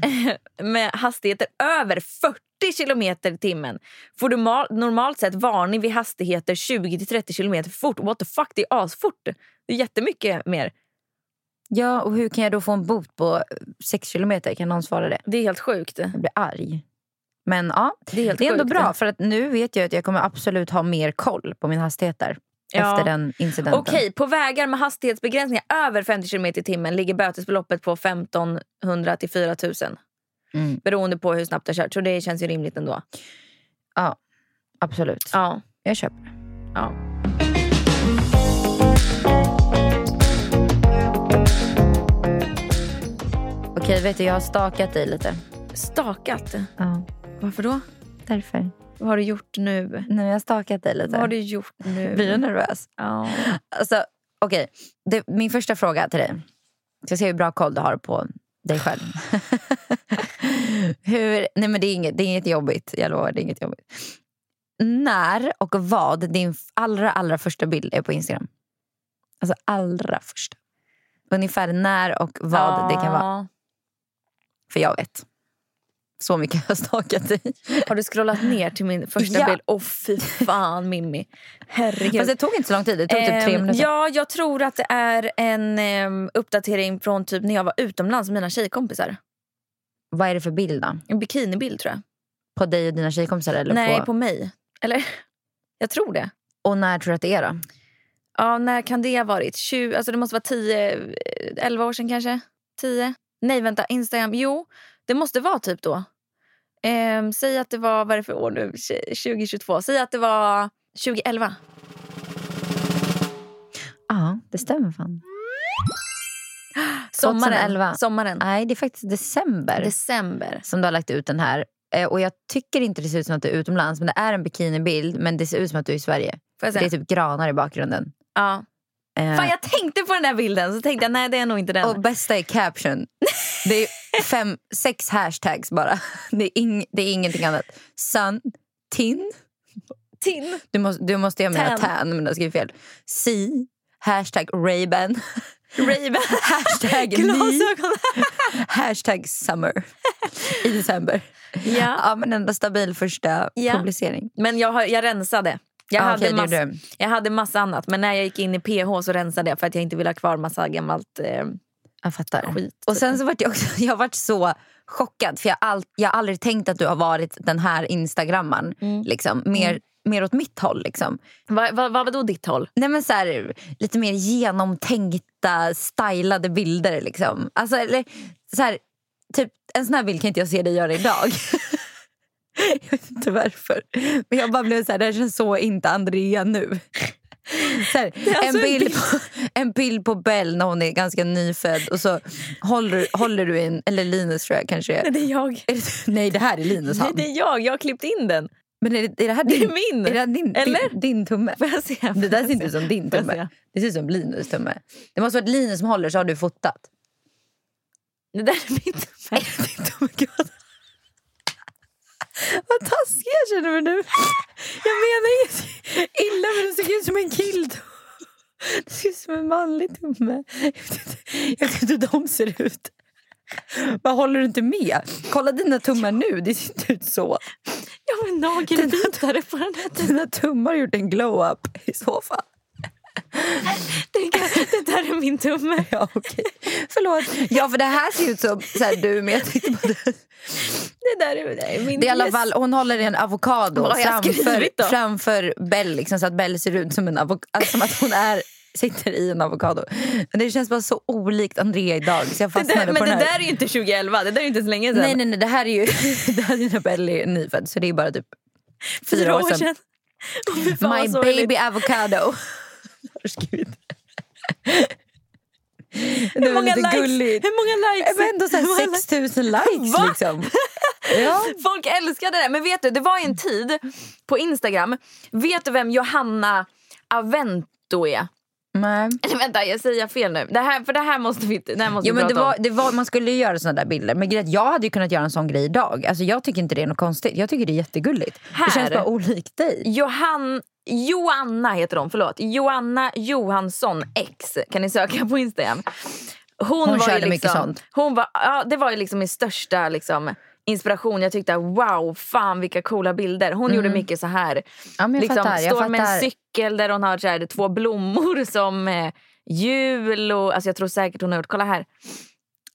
Speaker 5: med hastigheter över 40 kilometer i timmen får du mal- normalt sett varning vid hastigheter 20-30 kilometer för fort. What the fuck, det är asfort. Det är jättemycket mer.
Speaker 4: Ja, och hur kan jag då få en bot på 6 kilometer? Kan någon svara det?
Speaker 5: Det är helt sjukt.
Speaker 4: Jag blir arg. Men ja,
Speaker 5: Det är helt
Speaker 4: ändå
Speaker 5: sjukt.
Speaker 4: bra för att nu vet jag att jag kommer absolut ha mer koll på min hastighet där.
Speaker 5: Ja.
Speaker 4: Efter den incidenten.
Speaker 5: Okej, på vägar med hastighetsbegränsningar över 50 kilometer i timmen ligger bötesbeloppet på 1500 till 4000.
Speaker 4: Mm.
Speaker 5: Beroende på hur snabbt du har kört. Så det känns ju rimligt ändå.
Speaker 4: Ja, absolut.
Speaker 5: Ja.
Speaker 4: Jag köper det.
Speaker 5: ja.
Speaker 4: Okej, vet du, jag har stakat dig lite.
Speaker 5: Stakat.
Speaker 4: Ja,
Speaker 5: Varför då?
Speaker 4: därför.
Speaker 5: Vad har du gjort nu?
Speaker 4: Nu har jag stakat dig
Speaker 5: Vad har du
Speaker 4: lite.
Speaker 5: gjort nu?
Speaker 4: Blir du nervös?
Speaker 5: Ja.
Speaker 4: Alltså, okej. Det- Min första fråga till dig. Jag ska se hur bra koll du har på dig själv. hur, nej men det är, inget, det är inget jobbigt. Jag lovar, det är inget jobbigt. När och vad din allra, allra första bild är på Instagram? Alltså allra första. Ungefär när och vad det kan vara.
Speaker 5: Ja.
Speaker 4: För jag vet. Så mycket har jag stakat dig.
Speaker 5: Har du scrollat ner till min första
Speaker 4: Ja.
Speaker 5: bild? Åh fy fan Mimmi. Herregud.
Speaker 4: Fast det tog inte så lång tid. Det tog typ tre
Speaker 5: Ehm,
Speaker 4: minuter.
Speaker 5: Ja, jag tror att det är en ehm, uppdatering från typ när jag var utomlands med mina tjejkompisar.
Speaker 4: Vad är det för bild då?
Speaker 5: En bikinibild tror jag.
Speaker 4: På dig och dina tjejkompisar? Eller
Speaker 5: Nej,
Speaker 4: på...
Speaker 5: på mig. Eller? Jag tror det.
Speaker 4: Och när tror du att det är då?
Speaker 5: Ja, när kan det ha varit? 20, alltså det måste vara 10, eh, 11 år sedan kanske? 10? Nej, vänta. Instagram. Jo, det måste vara typ då. Ehm, säg att det var, vad är det för år nu? 2022. Säg att det var 2011.
Speaker 4: Ja, det stämmer fan.
Speaker 5: Sommaren.
Speaker 4: 2011.
Speaker 5: Sommaren.
Speaker 4: Nej, det är faktiskt december
Speaker 5: December.
Speaker 4: som du har lagt ut den här. Eh, Och jag tycker inte det ser ut som att du är utomlands, men det är en bikinibild. Men det ser ut som att du är i Sverige.
Speaker 5: Får jag
Speaker 4: Det
Speaker 5: säga?
Speaker 4: är typ granar i bakgrunden.
Speaker 5: Ja.
Speaker 4: Eh,
Speaker 5: Fan, jag tänkte på den där bilden så tänkte jag nej det är nog inte den.
Speaker 4: Och bästa är caption. Det är fem, sex hashtags bara. Det är, ing, det är ingenting annat. Sun, tin.
Speaker 5: Tin.
Speaker 4: Du måste, du måste jag mena
Speaker 5: Tan.
Speaker 4: tan, men jag skrev fel. Si, hashtag Ray-Ban.
Speaker 5: Ray-Ban.
Speaker 4: hashtag ni.
Speaker 5: Glasögon.
Speaker 4: Hashtag summer i december.
Speaker 5: ja.
Speaker 4: Ja, men ändå stabil första
Speaker 5: Ja.
Speaker 4: publicering.
Speaker 5: Men jag, har- jag rensade. Jag,
Speaker 4: Ja,
Speaker 5: hade
Speaker 4: okej, det
Speaker 5: massa,
Speaker 4: gjorde du.
Speaker 5: jag hade massa annat. Men när jag gick in i PH så rensade jag för att jag inte ville ha kvar massa gammalt. Eh,
Speaker 4: Jag fattar.
Speaker 5: Skit, typ.
Speaker 4: och sen så vart jag också, jag vart så chockad för jag, all, jag har aldrig tänkt att du har varit den här instagrammaren.
Speaker 5: Mm.
Speaker 4: Liksom, mer, mer åt mitt håll liksom.
Speaker 5: vad va, va, vadå ditt håll?
Speaker 4: Nej men så här, lite mer genomtänkta, stylade bilder liksom. Alltså eller så här, typ en sån här bild kan inte jag se dig göra idag. jag vet inte varför. Men jag bara blev så här, det här känns så inte Andrea nu. Så här, en,
Speaker 5: alltså en
Speaker 4: bild på, en bild på Bell när hon är ganska nyfödd och så håller, du- håller du in, eller Linus tror jag kanske är.
Speaker 5: Det är jag.
Speaker 4: Är det- Nej det här är Linus
Speaker 5: Nej,
Speaker 4: hand.
Speaker 5: det är jag. Jag har klippt in den.
Speaker 4: Men är det, är det här
Speaker 5: Det
Speaker 4: din?
Speaker 5: är min.
Speaker 4: Är det här din,
Speaker 5: Eller?
Speaker 4: din, din tumme?
Speaker 5: Får jag se? Får
Speaker 4: Det där
Speaker 5: jag
Speaker 4: ser inte
Speaker 5: se?
Speaker 4: ut som din
Speaker 5: Får jag
Speaker 4: tumme.
Speaker 5: se?
Speaker 4: Det ser ut som Linus tumme. Det måste varit Linus som håller så har du fotat.
Speaker 5: Det där är min tumme.
Speaker 4: Vad taskig jag känner mig nu. Jag menar inget illa men det såg ut som en kill. Det ser ut som en manlig tumme. Jag vet inte- Jag vet inte hur de ser ut. Vad håller du inte med? Kolla dina tummar nu, det ser inte ut så.
Speaker 5: Jag har en nagelbitare på den här.
Speaker 4: Dina tummar har gjort en glow-up i så fall.
Speaker 5: Det, det där är min tumme.
Speaker 4: Ja, okej. Förlåt. Ja, för det här ser ut som så här, du men jag tänkte på det.
Speaker 5: Det där är, det är min
Speaker 4: Det är i alla
Speaker 5: yes.
Speaker 4: fall, hon håller i en avokado
Speaker 5: Vad har jag
Speaker 4: framför,
Speaker 5: skrivit då?
Speaker 4: framför Bell liksom, så att Bell ser ut som en avokado. Alltså, som att hon är, sitter i en avokado. Men det känns bara så olikt Andrea idag så jag
Speaker 5: Det där,
Speaker 4: fastnade
Speaker 5: men
Speaker 4: på
Speaker 5: det
Speaker 4: den här.
Speaker 5: där är ju inte 2011. Det där är ju inte så länge sedan.
Speaker 4: nej, nej, nej, det här är ju det här är ju när Bell är nyfödd så det är bara typ fyra, år sedan.
Speaker 5: Åh, fy fan,
Speaker 4: My
Speaker 5: vad sorgligt.
Speaker 4: baby avocado. Har du skrivit det?
Speaker 5: Hur
Speaker 4: var
Speaker 5: många
Speaker 4: lite
Speaker 5: likes?
Speaker 4: gulligt.
Speaker 5: Hur många likes?
Speaker 4: Men ändå
Speaker 5: Hur många likes?
Speaker 4: såhär 6 000 likes
Speaker 5: Va?
Speaker 4: liksom. Ja.
Speaker 5: Folk älskade det. Men vet du, det var ju en tid på Instagram. Vet du vem Johanna Avento är?
Speaker 4: Nej.
Speaker 5: Eller vänta, jag säger fel nu. Det här, för det här måste vi, det här måste
Speaker 4: Jo,
Speaker 5: vi
Speaker 4: men det
Speaker 5: prata
Speaker 4: var,
Speaker 5: om.
Speaker 4: det var, man skulle ju göra såna där bilder. Men grejen är att jag hade ju kunnat göra en sån grej idag. Alltså, jag tycker inte det är något konstigt. Jag tycker det är jättegulligt.
Speaker 5: Här.
Speaker 4: Det känns bara olikt dig.
Speaker 5: Johan, Joanna heter hon, förlåt. Joanna Johansson X kan ni söka på Instagram.
Speaker 4: Hon
Speaker 5: var ju
Speaker 4: körde
Speaker 5: liksom,
Speaker 4: mycket sånt.
Speaker 5: Hon var, ja, det var ju liksom min största liksom, inspiration. Jag tyckte wow, fan vilka coola bilder. Hon gjorde mycket så här.
Speaker 4: Mm. Ja, men jag
Speaker 5: liksom,
Speaker 4: fattar, jag
Speaker 5: står med en
Speaker 4: fattar.
Speaker 5: cykel där hon har så här, två blommor som eh, jul. Och, alltså, jag tror säkert hon har gjort, kolla här.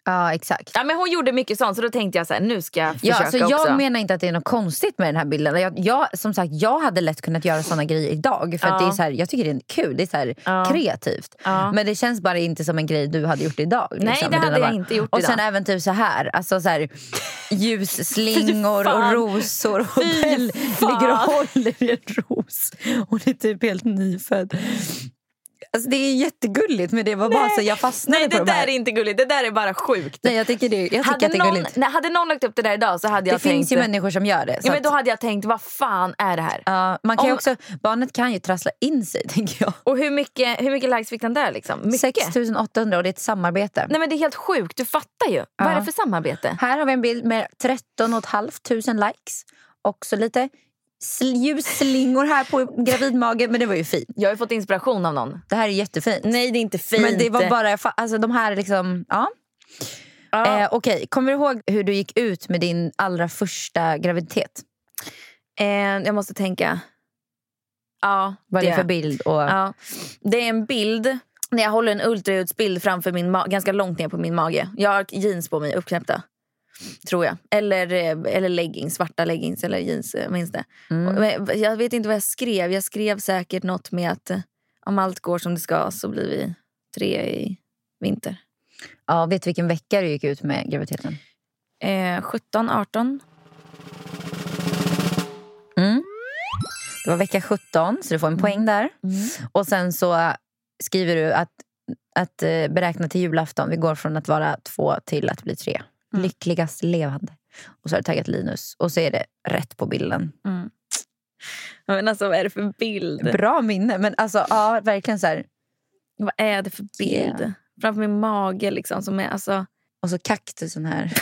Speaker 4: Ja, exakt.
Speaker 5: Ja, men hon gjorde mycket sånt så då tänkte jag så här, nu ska jag
Speaker 4: Ja,
Speaker 5: försöka
Speaker 4: alltså, jag
Speaker 5: också.
Speaker 4: menar inte att det är något konstigt med den här bilden. Jag, jag, som sagt, jag hade lätt kunnat göra såna grejer idag. För att det är så här, jag tycker det är kul, det är så här
Speaker 5: Ja.
Speaker 4: kreativt.
Speaker 5: Ja.
Speaker 4: Men det känns bara inte som en grej du hade gjort idag. liksom,
Speaker 5: Nej, det
Speaker 4: med dina
Speaker 5: hade jag
Speaker 4: barn.
Speaker 5: inte gjort
Speaker 4: Och
Speaker 5: idag.
Speaker 4: sen även typ så här, alltså så här ljusslingor
Speaker 5: Fy
Speaker 4: och
Speaker 5: fan.
Speaker 4: rosor. Och
Speaker 5: Fy
Speaker 4: Bell
Speaker 5: fan.
Speaker 4: ligger och håller i en ros. Hon är typ helt nyfödd. Alltså, det är jättegulligt men det var bara så jag fastnade
Speaker 5: Nej,
Speaker 4: på
Speaker 5: det
Speaker 4: de här.
Speaker 5: där är inte gulligt. Det där är bara sjukt.
Speaker 4: Nej jag tycker det, jag tycker
Speaker 5: hade,
Speaker 4: att det är
Speaker 5: någon,
Speaker 4: gulligt.
Speaker 5: nej, hade någon lagt upp det där idag så hade
Speaker 4: Det
Speaker 5: jag tänkt...
Speaker 4: finns ju människor som gör det. så
Speaker 5: Ja, men
Speaker 4: att-
Speaker 5: då hade jag tänkt, vad fan är det här?
Speaker 4: Ja, man kan ju
Speaker 5: Om-
Speaker 4: också, barnet kan ju trassla in sig tänker jag.
Speaker 5: Och hur mycket, hur mycket likes fick den där? Liksom? Mycket.
Speaker 4: 6800 och det är ett samarbete.
Speaker 5: Nej men Det är helt sjukt, du fattar ju. Vad är det för samarbete?
Speaker 4: Här har vi en bild med 13 500 likes. Också lite sl- ljusslingor här på gravidmagen. Men det var ju fint.
Speaker 5: Jag har ju fått inspiration av någon.
Speaker 4: Det här är jättefint.
Speaker 5: Nej det är inte fint.
Speaker 4: Men det var bara, jag fa- alltså de här liksom, ja. Eh, Okej, kommer du ihåg hur du gick ut med din allra första graviditet?
Speaker 5: Eh, jag måste tänka. Ja,
Speaker 4: Vad är det
Speaker 5: gör
Speaker 4: för
Speaker 5: jag.
Speaker 4: bild? Och,
Speaker 5: Ja. Det är en bild när jag håller en ultraljudsbild framför min ma- ganska långt ner på min mage. Jag har jeans på mig, uppknäppta. Tror jag. Eller, eh, eller leggings, svarta leggings eller jeans. eh, Minns det.
Speaker 4: Mm.
Speaker 5: Och- Men jag vet inte vad jag skrev. Jag skrev säkert något med att eh, om allt går som det ska så blir vi tre i vinter.
Speaker 4: ja, vet du vilken vecka du gick ut med graviditeten?
Speaker 5: Eh, 17, 18.
Speaker 4: Det var vecka 17, så du får en
Speaker 5: Mm.
Speaker 4: poäng där. Och sen så skriver du att, att eh, beräkna till julafton. Vi går från att vara två till att bli tre.
Speaker 5: Mm.
Speaker 4: Lyckligast levande. Och så har du taggat Linus. Och så är det rätt på bilden.
Speaker 5: Mm. Men alltså vad är det för bild?
Speaker 4: Bra minne, men alltså ja, verkligen så här.
Speaker 5: Vad är det för bild?
Speaker 4: Yeah.
Speaker 5: Framför min mage liksom. Som är, alltså,
Speaker 4: Och så kaktusen här.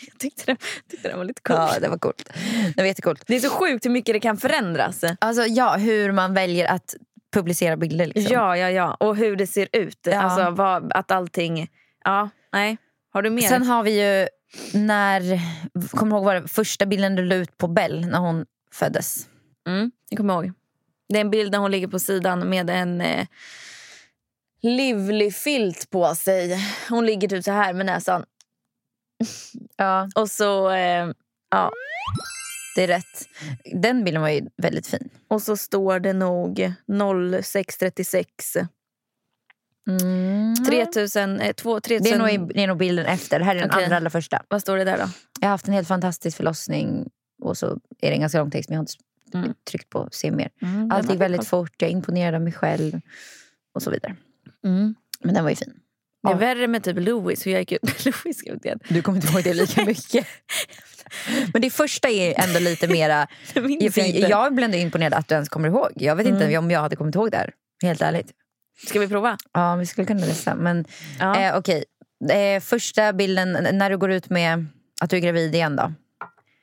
Speaker 5: jag tyckte den, tyckte den var lite cool.
Speaker 4: Ja, det var coolt. Det var jättecoolt.
Speaker 5: Det är så sjukt hur mycket det kan förändras.
Speaker 4: Alltså ja, hur man väljer att publicera bilder liksom.
Speaker 5: Ja, ja, ja. Och hur det ser ut. Alltså vad, att allting... Ja, nej. Har du mer?
Speaker 4: Sen har vi ju när, kommer du ihåg vad det första bilden du la ut på Bell när hon föddes?
Speaker 5: mm, jag kommer ihåg. Det är en bild när hon ligger på sidan med en eh, livlig filt på sig. Hon ligger typ så här med näsan.
Speaker 4: Ja.
Speaker 5: Och så, eh, ja.
Speaker 4: Det är rätt. Den bilden var ju väldigt fin.
Speaker 5: och så står det nog 0636. 3000... Eh, två- 3000
Speaker 4: Mm. Det är, nog, i- det är nog bilden efter. Det här är den
Speaker 5: Okej.
Speaker 4: allra, allra första.
Speaker 5: Vad står det där då?
Speaker 4: Jag har haft en helt fantastisk förlossning och så är det en ganska lång text men jag har inte
Speaker 5: Mm.
Speaker 4: tryckt på se mer.
Speaker 5: Mm,
Speaker 4: Allt gick väldigt fort, jag är imponerad av mig själv och så vidare.
Speaker 5: Mm.
Speaker 4: Men den var ju fin.
Speaker 5: Det är
Speaker 4: Ja.
Speaker 5: värre med typ Louis, hur jag gick ut med Louis. Gud, det-
Speaker 4: Du kommer inte ihåg det lika mycket. Men det första är ändå lite mera...
Speaker 5: det minns
Speaker 4: Jag, för
Speaker 5: jag inte.
Speaker 4: jag blev ändå imponerad att du ens kommer ihåg. Jag vet inte om jag hade kommit ihåg det här. Helt ärligt.
Speaker 5: Ska vi prova?
Speaker 4: Ja, vi skulle kunna läsa. Men
Speaker 5: Ja.
Speaker 4: eh, okej. Eh, första bilden, n- när du går ut med att du är gravid igen då?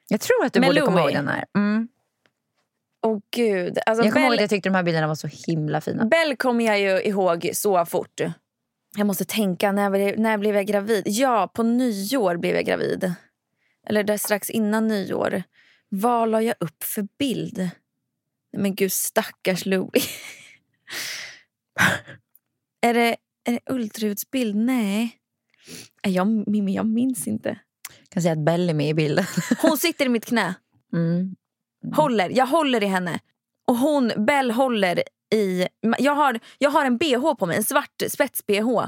Speaker 4: Jag tror att du
Speaker 5: Med
Speaker 4: borde komma ihåg
Speaker 5: Louis.
Speaker 4: den här. Mm.
Speaker 5: Åh gud. Alltså,
Speaker 4: Jag kommer ihåg
Speaker 5: Bell,
Speaker 4: att jag tyckte de här bilderna var så himla fina.
Speaker 5: Bell kommer jag ju ihåg så fort. Jag måste tänka, när blev, när blev jag gravid? Ja, på nyår blev jag gravid. Eller där strax innan nyår. Vad la jag upp för bild? Nej, Men gud, stackars Louis. är, det, är det ultraljudsbild? Nej. Nej, Jag, Mimmi, jag minns inte.
Speaker 4: Jag kan säga att Bell är med i bilden.
Speaker 5: Hon sitter i mitt knä.
Speaker 4: Mm.
Speaker 5: håller, jag håller i henne. Och hon, Bell håller i... Jag har, jag har en bh på mig, en svart spets-bh.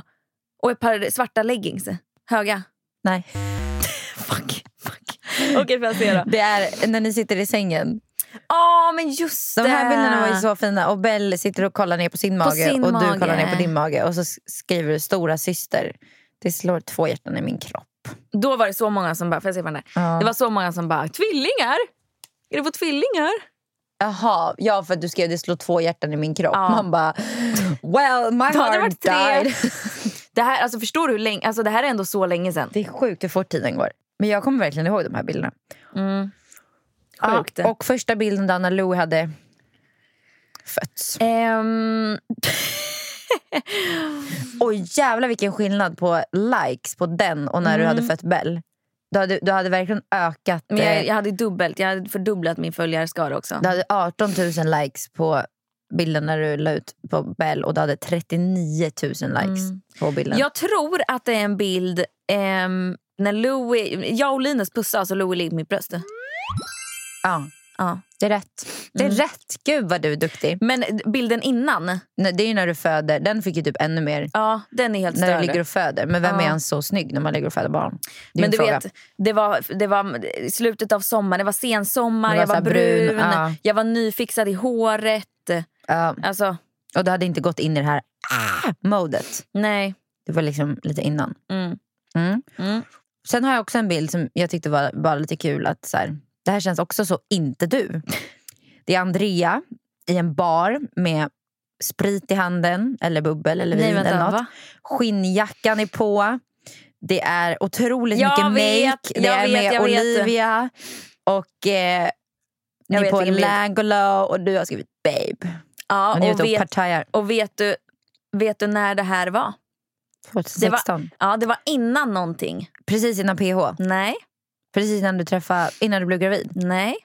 Speaker 5: Och ett par svarta leggings. Höga.
Speaker 4: Nej.
Speaker 5: Fuck, fuck. Okej, får jag se då?
Speaker 4: Det är när ni sitter i sängen.
Speaker 5: Ja, men just det!
Speaker 4: De här bilderna var ju så fina. Och Bell sitter och kollar ner på sin mage
Speaker 5: sin
Speaker 4: och du
Speaker 5: mage.
Speaker 4: kollar ner på din mage. Och så s- skriver du stora syster. Det slår två hjärtan i min kropp.
Speaker 5: Då var det så många som bara... Får jag se på den där?
Speaker 4: Ja.
Speaker 5: Det var så många som bara, tvillingar! Är det på tvillingar?
Speaker 4: Jaha, ja för att du skrev det slår två hjärtan i min kropp.
Speaker 5: Ja.
Speaker 4: Man bara, well my
Speaker 5: Då hade det
Speaker 4: heart
Speaker 5: varit tre.
Speaker 4: died.
Speaker 5: Det här, alltså, förstår du hur länge... Alltså, det här är ändå så länge sedan.
Speaker 4: Det är sjukt hur fort tiden går. Men jag kommer verkligen ihåg de här bilderna.
Speaker 5: Mm. Sjukt.
Speaker 4: Ja, och första bilden då när Lou hade fötts.
Speaker 5: Ehm,
Speaker 4: Oj jävlar vilken skillnad på likes på den och när du hade fött Bell. Du hade, du hade verkligen ökat.
Speaker 5: Mm. men
Speaker 4: eh,
Speaker 5: jag, jag hade dubbelt. Jag hade fördubblat min följarskara också.
Speaker 4: Du hade 18 000 likes på bilden när du la ut på Bell och du hade 39 000 likes
Speaker 5: Mm.
Speaker 4: på bilden.
Speaker 5: Jag tror att det är en bild ehm, när Louis, jag och Linus pussas och Louis ligger på mitt bröst.
Speaker 4: Ja.
Speaker 5: Ja.
Speaker 4: Det är rätt. Det
Speaker 5: Mm.
Speaker 4: är rätt. Gud vad du är duktig.
Speaker 5: Men bilden innan,
Speaker 4: Nej, Det är ju när du föder. Den fick ju typ ännu mer.
Speaker 5: ja, den är helt
Speaker 4: När du
Speaker 5: störd.
Speaker 4: ligger och föder. Men vem
Speaker 5: Ja.
Speaker 4: är ens så snygg när man ligger och föder barn? Det är
Speaker 5: Men
Speaker 4: en
Speaker 5: du
Speaker 4: fråga.
Speaker 5: vet, det var, det var i slutet av sommaren, det var sensommar,
Speaker 4: Det var
Speaker 5: jag
Speaker 4: så
Speaker 5: var
Speaker 4: här brun,
Speaker 5: brun,
Speaker 4: ja.
Speaker 5: jag var nyfixad i håret.
Speaker 4: Ja.
Speaker 5: Alltså,
Speaker 4: Och du hade inte gått in i det här ah-modet.
Speaker 5: Nej.
Speaker 4: Det var liksom lite innan.
Speaker 5: Mm.
Speaker 4: Mm.
Speaker 5: Mm.
Speaker 4: Sen har jag också en bild som jag tyckte var bara lite kul. att så här, Det här känns också så inte du. Det är Andrea i en bar med sprit i handen, eller bubbel eller vin.
Speaker 5: Nej, vänta,
Speaker 4: eller något.
Speaker 5: va?
Speaker 4: Skinnjackan är på. Det är otroligt
Speaker 5: Jag
Speaker 4: mycket
Speaker 5: vet,
Speaker 4: make. Det
Speaker 5: jag
Speaker 4: är
Speaker 5: vet,
Speaker 4: med
Speaker 5: jag vet.
Speaker 4: Olivia. Och eh, ni
Speaker 5: Jag
Speaker 4: är
Speaker 5: vet
Speaker 4: på
Speaker 5: vilken bild.
Speaker 4: Langolo och du har skrivit babe. Och ni
Speaker 5: Ja,
Speaker 4: är
Speaker 5: och,
Speaker 4: ute och
Speaker 5: vet,
Speaker 4: partajar.
Speaker 5: och vet, du, vet du när det här var?
Speaker 4: 2016.
Speaker 5: Ja, det var innan någonting.
Speaker 4: Precis innan PH.
Speaker 5: Nej,
Speaker 4: Precis innan du träffade, innan du blev gravid.
Speaker 5: nej.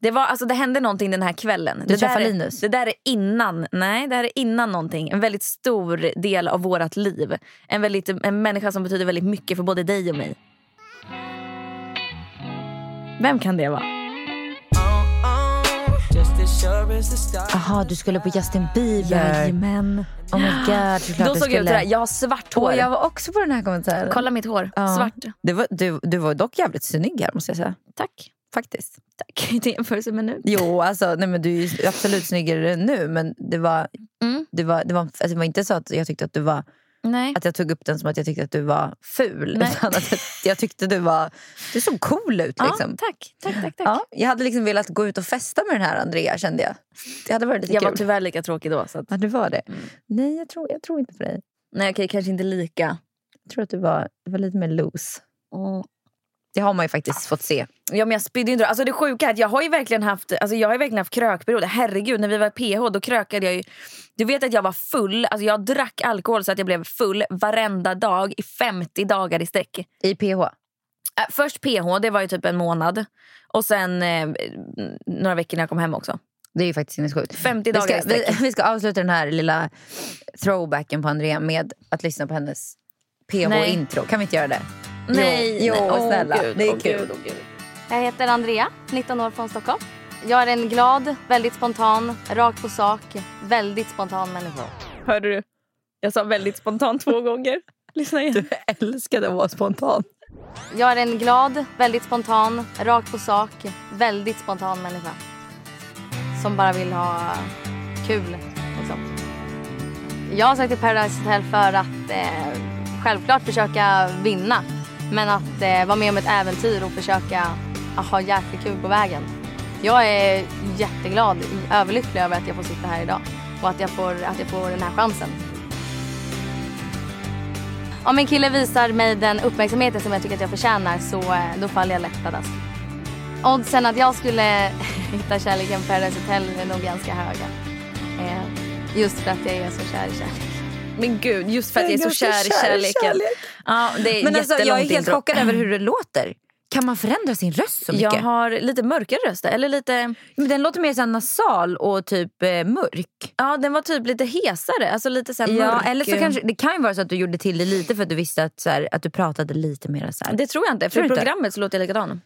Speaker 5: Det, var, alltså, det hände någonting den här kvällen.
Speaker 4: Du
Speaker 5: det där
Speaker 4: träffade
Speaker 5: är,
Speaker 4: Linus?
Speaker 5: Det där är innan. Nej, det här är innan någonting. En väldigt stor del av vårt liv. En, väldigt, en människa som betyder väldigt mycket för både dig och mig. Vem kan det vara?
Speaker 4: Jaha, du skulle på Justin Bieber.
Speaker 5: Jajamän.
Speaker 4: Oh my god, såklart
Speaker 5: Då
Speaker 4: du
Speaker 5: såg jag ut
Speaker 4: skulle.
Speaker 5: sådär. Jag har svart hår. Mm.
Speaker 4: Åh, jag var också på den här konserten.
Speaker 5: Kolla mitt hår.
Speaker 4: Ja.
Speaker 5: Svart.
Speaker 4: Det var, du, du var dock jävligt snygg här måste jag säga.
Speaker 5: Tack.
Speaker 4: Faktiskt.
Speaker 5: Tack. Inte jämförelse med nu.
Speaker 4: Jo, alltså, nej, men du är ju absolut snyggare än nu men det var,
Speaker 5: Mm.
Speaker 4: det, var, det, var, alltså, det var inte så att jag tyckte att du var
Speaker 5: Nej.
Speaker 4: att jag tog upp den som att jag tyckte att du var ful.
Speaker 5: Nej.
Speaker 4: Utan att jag- jag tyckte du var du såg cool ut. Liksom.
Speaker 5: Ja, tack. Tack, tack, tack.
Speaker 4: Ja, jag hade liksom velat gå ut och festa med den här Andrea kände jag. Det hade varit lite
Speaker 5: Jag
Speaker 4: kul.
Speaker 5: var typ- Mm. tyvärr lika tråkig då. Så att,
Speaker 4: Ja, du var det. Nej, jag tror, jag tror inte på dig.
Speaker 5: nej, okej, kanske inte lika.
Speaker 4: Jag tror att du var, du var lite mer loose. Mm. Det har man ju faktiskt fått se.
Speaker 5: Ja, men jag spydde ju inte. Alltså det sjuka är att jag har ju verkligen haft, alltså jag har ju verkligen haft krökperiod. Herregud, när vi var i PH då krökade jag ju. Du vet att jag var full. Alltså jag drack alkohol så att jag blev full varenda dag i 50 dagar i sträck.
Speaker 4: I PH.
Speaker 5: Äh, Först PH, det var ju typ en månad. Och sen eh, några veckor när jag kom hem också.
Speaker 4: Det är ju faktiskt sinnessjukt.
Speaker 5: 50
Speaker 4: vi,
Speaker 5: dagar
Speaker 4: ska,
Speaker 5: i
Speaker 4: vi,
Speaker 5: sträck.
Speaker 4: vi ska avsluta den här lilla throwbacken på Andrea med att lyssna på hennes PH-intro. Kan vi inte göra det?
Speaker 5: Nej,
Speaker 4: jo,
Speaker 5: nej. Åh,
Speaker 4: snälla.
Speaker 5: Gud,
Speaker 4: det är
Speaker 5: åh,
Speaker 4: kul.
Speaker 5: Gud, åh, Gud.
Speaker 6: Jag heter Andrea, 19 år från Stockholm. Jag är en glad, väldigt spontan, rakt på sak, väldigt spontan människa.
Speaker 5: Hörde du? Jag sa väldigt spontant två gånger. Lyssna igen.
Speaker 4: Jag älskade att vara spontan.
Speaker 6: Jag är en glad, väldigt spontan, rakt på sak, väldigt spontan människa. Som bara vill ha kul. Liksom. Jag har sagt till Paradise Hotel för att eh, självklart försöka vinna. Men att eh, vara med om ett äventyr och försöka ah, ha jäkligt kul på vägen. Jag är jätteglad, överlycklig över att jag får sitta här idag. Och att jag får, att jag får den här chansen. Om en kille visar mig den uppmärksamheten som jag tycker att jag förtjänar så eh, då faller jag lätt pladask. Oddsen att jag skulle hitta kärleken på Paradise Hotel är nog ganska höga. Eh, Just för att jag är så kär i kärlek.
Speaker 5: Men gud, just för att jag är så
Speaker 4: Jag
Speaker 5: kär
Speaker 4: är så
Speaker 5: i
Speaker 4: kär i
Speaker 5: kärleken.
Speaker 4: kärlek.
Speaker 5: Ja, det är
Speaker 4: Men alltså, jag är
Speaker 5: jättelångt
Speaker 4: helt
Speaker 5: intro.
Speaker 4: chockad över hur det låter. Kan man förändra sin röst så mycket?
Speaker 5: Jag har lite mörkare röst. Eller lite,
Speaker 4: Men den låter mer så här nasal och typ eh, mörk.
Speaker 5: ja, den var typ lite hesare. Alltså lite så här
Speaker 4: Ja,
Speaker 5: mörk.
Speaker 4: eller så kanske, det kan ju vara så att du gjorde till det lite för att du visste att, så här, att du pratade lite mer så här.
Speaker 5: Det tror jag inte. För
Speaker 4: Tror
Speaker 5: i
Speaker 4: du inte?
Speaker 5: programmet så låter jag likadan.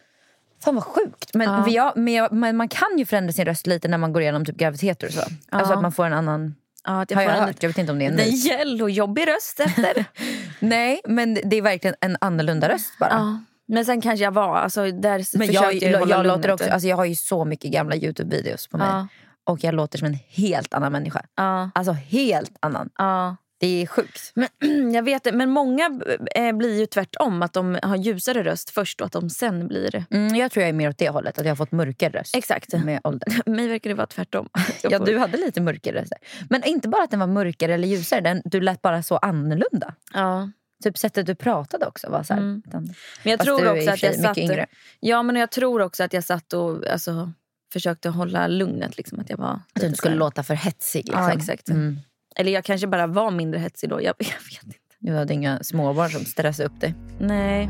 Speaker 4: Fan vad sjukt. Men,
Speaker 5: Ja.
Speaker 4: jag, men, jag, men man kan ju förändra sin röst lite när man går igenom typ graviditeter och så. Alltså att man får en annan...
Speaker 5: Ja, att
Speaker 4: har jag
Speaker 5: får en
Speaker 4: hört?
Speaker 5: lite-
Speaker 4: Jag vet inte om det är en
Speaker 5: lite
Speaker 4: myt.
Speaker 5: gäll och jobbig röst efter.
Speaker 4: Nej, men det är verkligen en annorlunda röst bara.
Speaker 5: ja. Men sen kanske jag var... Alltså, där
Speaker 4: Men jag,
Speaker 5: försökte
Speaker 4: jag, jag,
Speaker 5: hålla lugnet.
Speaker 4: låter också, alltså jag har ju så mycket gamla Youtube-videos på mig.
Speaker 5: Ja.
Speaker 4: Och jag låter som en helt annan människa.
Speaker 5: Ja.
Speaker 4: Alltså helt annan.
Speaker 5: Ja.
Speaker 4: Det är sjukt.
Speaker 5: Men, jag vet det. Men många eh, blir ju tvärtom. Att de har ljusare röst först och att de sen blir...
Speaker 4: Mm, jag tror jag är mer åt det hållet, att jag har fått mörkare röst.
Speaker 5: Exakt.
Speaker 4: Med ålder.
Speaker 5: Mig verkar det vara tvärtom.
Speaker 4: Ja, du hade lite mörkare röst. där. Men inte bara att den var mörkare eller ljusare, den, du lät bara så annorlunda.
Speaker 5: Ja.
Speaker 4: Typ sättet du pratade också var så här. utan-
Speaker 5: Men jag
Speaker 4: Fast du
Speaker 5: tror
Speaker 4: är i
Speaker 5: också
Speaker 4: och
Speaker 5: att
Speaker 4: för
Speaker 5: jag
Speaker 4: sig mycket
Speaker 5: satt...
Speaker 4: yngre.
Speaker 5: Ja, men jag tror också att jag satt och alltså, försökte hålla lugnet. Liksom, att jag var
Speaker 4: Att du inte skulle låta för hetsig. Liksom.
Speaker 5: Ja, exakt.
Speaker 4: Mm.
Speaker 5: Eller jag kanske bara var mindre hetsig då. Jag, jag vet inte.
Speaker 4: Du hade inga småbarn som stressade upp dig.
Speaker 5: Nej.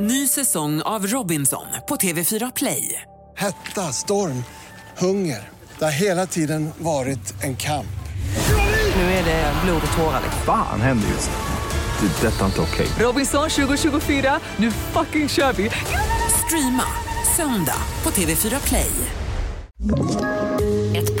Speaker 1: Ny säsong av Robinson på TV4 Play.
Speaker 2: Hetta, storm, hunger. Det har hela tiden varit en kamp.
Speaker 1: Nu är det blod och tårar. liksom.
Speaker 3: Fan händer just nu. Det. är Detta är inte okej.
Speaker 1: Robinson 2024, nu fucking kör vi! Streama söndag på TV4 Play.
Speaker 7: Ett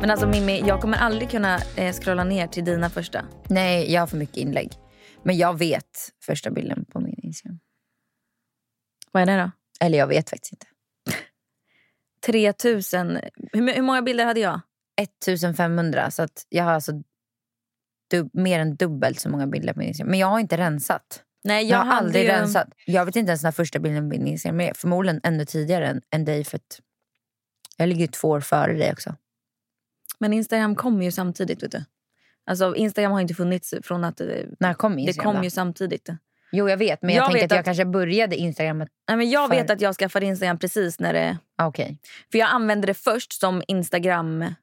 Speaker 5: Men alltså Mimmi, jag kommer aldrig kunna eh, scrolla ner till dina första.
Speaker 4: Nej, jag har för mycket inlägg. Men jag vet första bilden på min Instagram.
Speaker 5: Vad är det då?
Speaker 4: Eller jag vet faktiskt inte.
Speaker 5: 3000. Hur, hur många bilder hade jag?
Speaker 4: 1500 så att jag har alltså dub- mer än dubbelt så många bilder på min Instagram. Men jag har inte rensat.
Speaker 5: Nej,
Speaker 4: Jag, har
Speaker 5: hade
Speaker 4: aldrig
Speaker 5: ju-
Speaker 4: rensat. Jag vet inte ens när första bilden på min Instagram är. Förmodligen ännu tidigare än, än dig för att jag ligger ju två år före dig också.
Speaker 5: Men Instagram kom ju samtidigt. Vet du? Alltså, Instagram har inte funnits från att... eh,
Speaker 4: När kom
Speaker 5: det
Speaker 4: Instagram
Speaker 5: kom
Speaker 4: då?
Speaker 5: ju samtidigt.
Speaker 4: Jo jag vet men jag,
Speaker 5: Jag
Speaker 4: tänker
Speaker 5: vet
Speaker 4: att jag
Speaker 5: att-
Speaker 4: kanske började Instagram. Att...
Speaker 5: Nej, men jag
Speaker 4: För-
Speaker 5: vet att jag skaffade Instagram precis när det...
Speaker 4: Ah, Okej.
Speaker 5: För jag använde det först som Instagram, eh,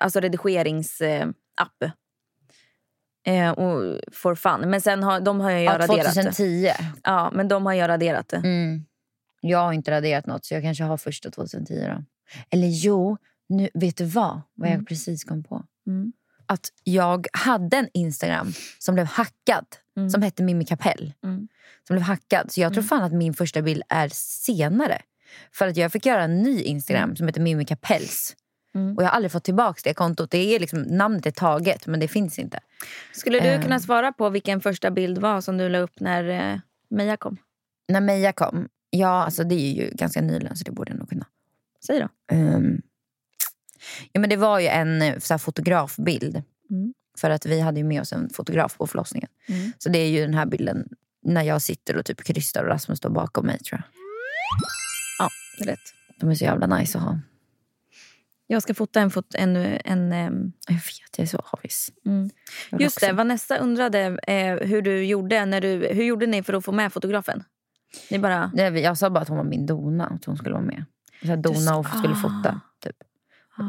Speaker 5: alltså redigeringsapp. Eh, och for fun. Men sen har, de har jag ju
Speaker 4: Ja,
Speaker 5: raderat.
Speaker 4: 2010.
Speaker 5: Ja, men de har jag raderat. det.
Speaker 4: Mm. Jag har inte raderat något så jag kanske har första 2010 då. Eller jo, nu, vet du vad? Vad jag precis kom på.
Speaker 5: Mm.
Speaker 4: Att jag hade en Instagram som blev hackad.
Speaker 5: Mm.
Speaker 4: Som hette Mimmi Kapell.
Speaker 5: Mm.
Speaker 4: Som blev hackad. Så jag tror fan att min första bild är senare. För att jag fick göra en ny Instagram som heter Mimmi Kapells.
Speaker 5: Mm.
Speaker 4: Och jag har aldrig fått tillbaka det kontot. Det är liksom, namnet är taget men det finns inte.
Speaker 5: Skulle du
Speaker 4: Eh.
Speaker 5: kunna svara på vilken första bild var som du la upp när eh, Meja kom?
Speaker 4: När Meja kom, ja alltså det är ju ganska nyligen så det borde jag nog kunna.
Speaker 5: Säg då.
Speaker 4: Ehm, ja, men det var ju en eh, så här, fotografbild.
Speaker 5: Mm.
Speaker 4: För att vi hade ju med oss en fotograf på förlossningen.
Speaker 5: Mm.
Speaker 4: Så det är ju den här bilden när jag sitter och typ krystar och Rasmus står bakom mig tror jag.
Speaker 5: Det är Rätt.
Speaker 4: De är så jävla nice att ha.
Speaker 5: Jag ska fota en... Fot, en, en ehm,
Speaker 4: Jag vet, jag är så avis.
Speaker 5: Mm.
Speaker 4: Jag vill
Speaker 5: just
Speaker 4: också-
Speaker 5: det, Vanessa undrade eh, hur du gjorde. När du, hur gjorde ni för att få med fotografen? Ni bara...
Speaker 4: Nej, vi- jag sa bara att hon var min dona, att hon skulle vara med. Så här, dona och skulle fota. Typ.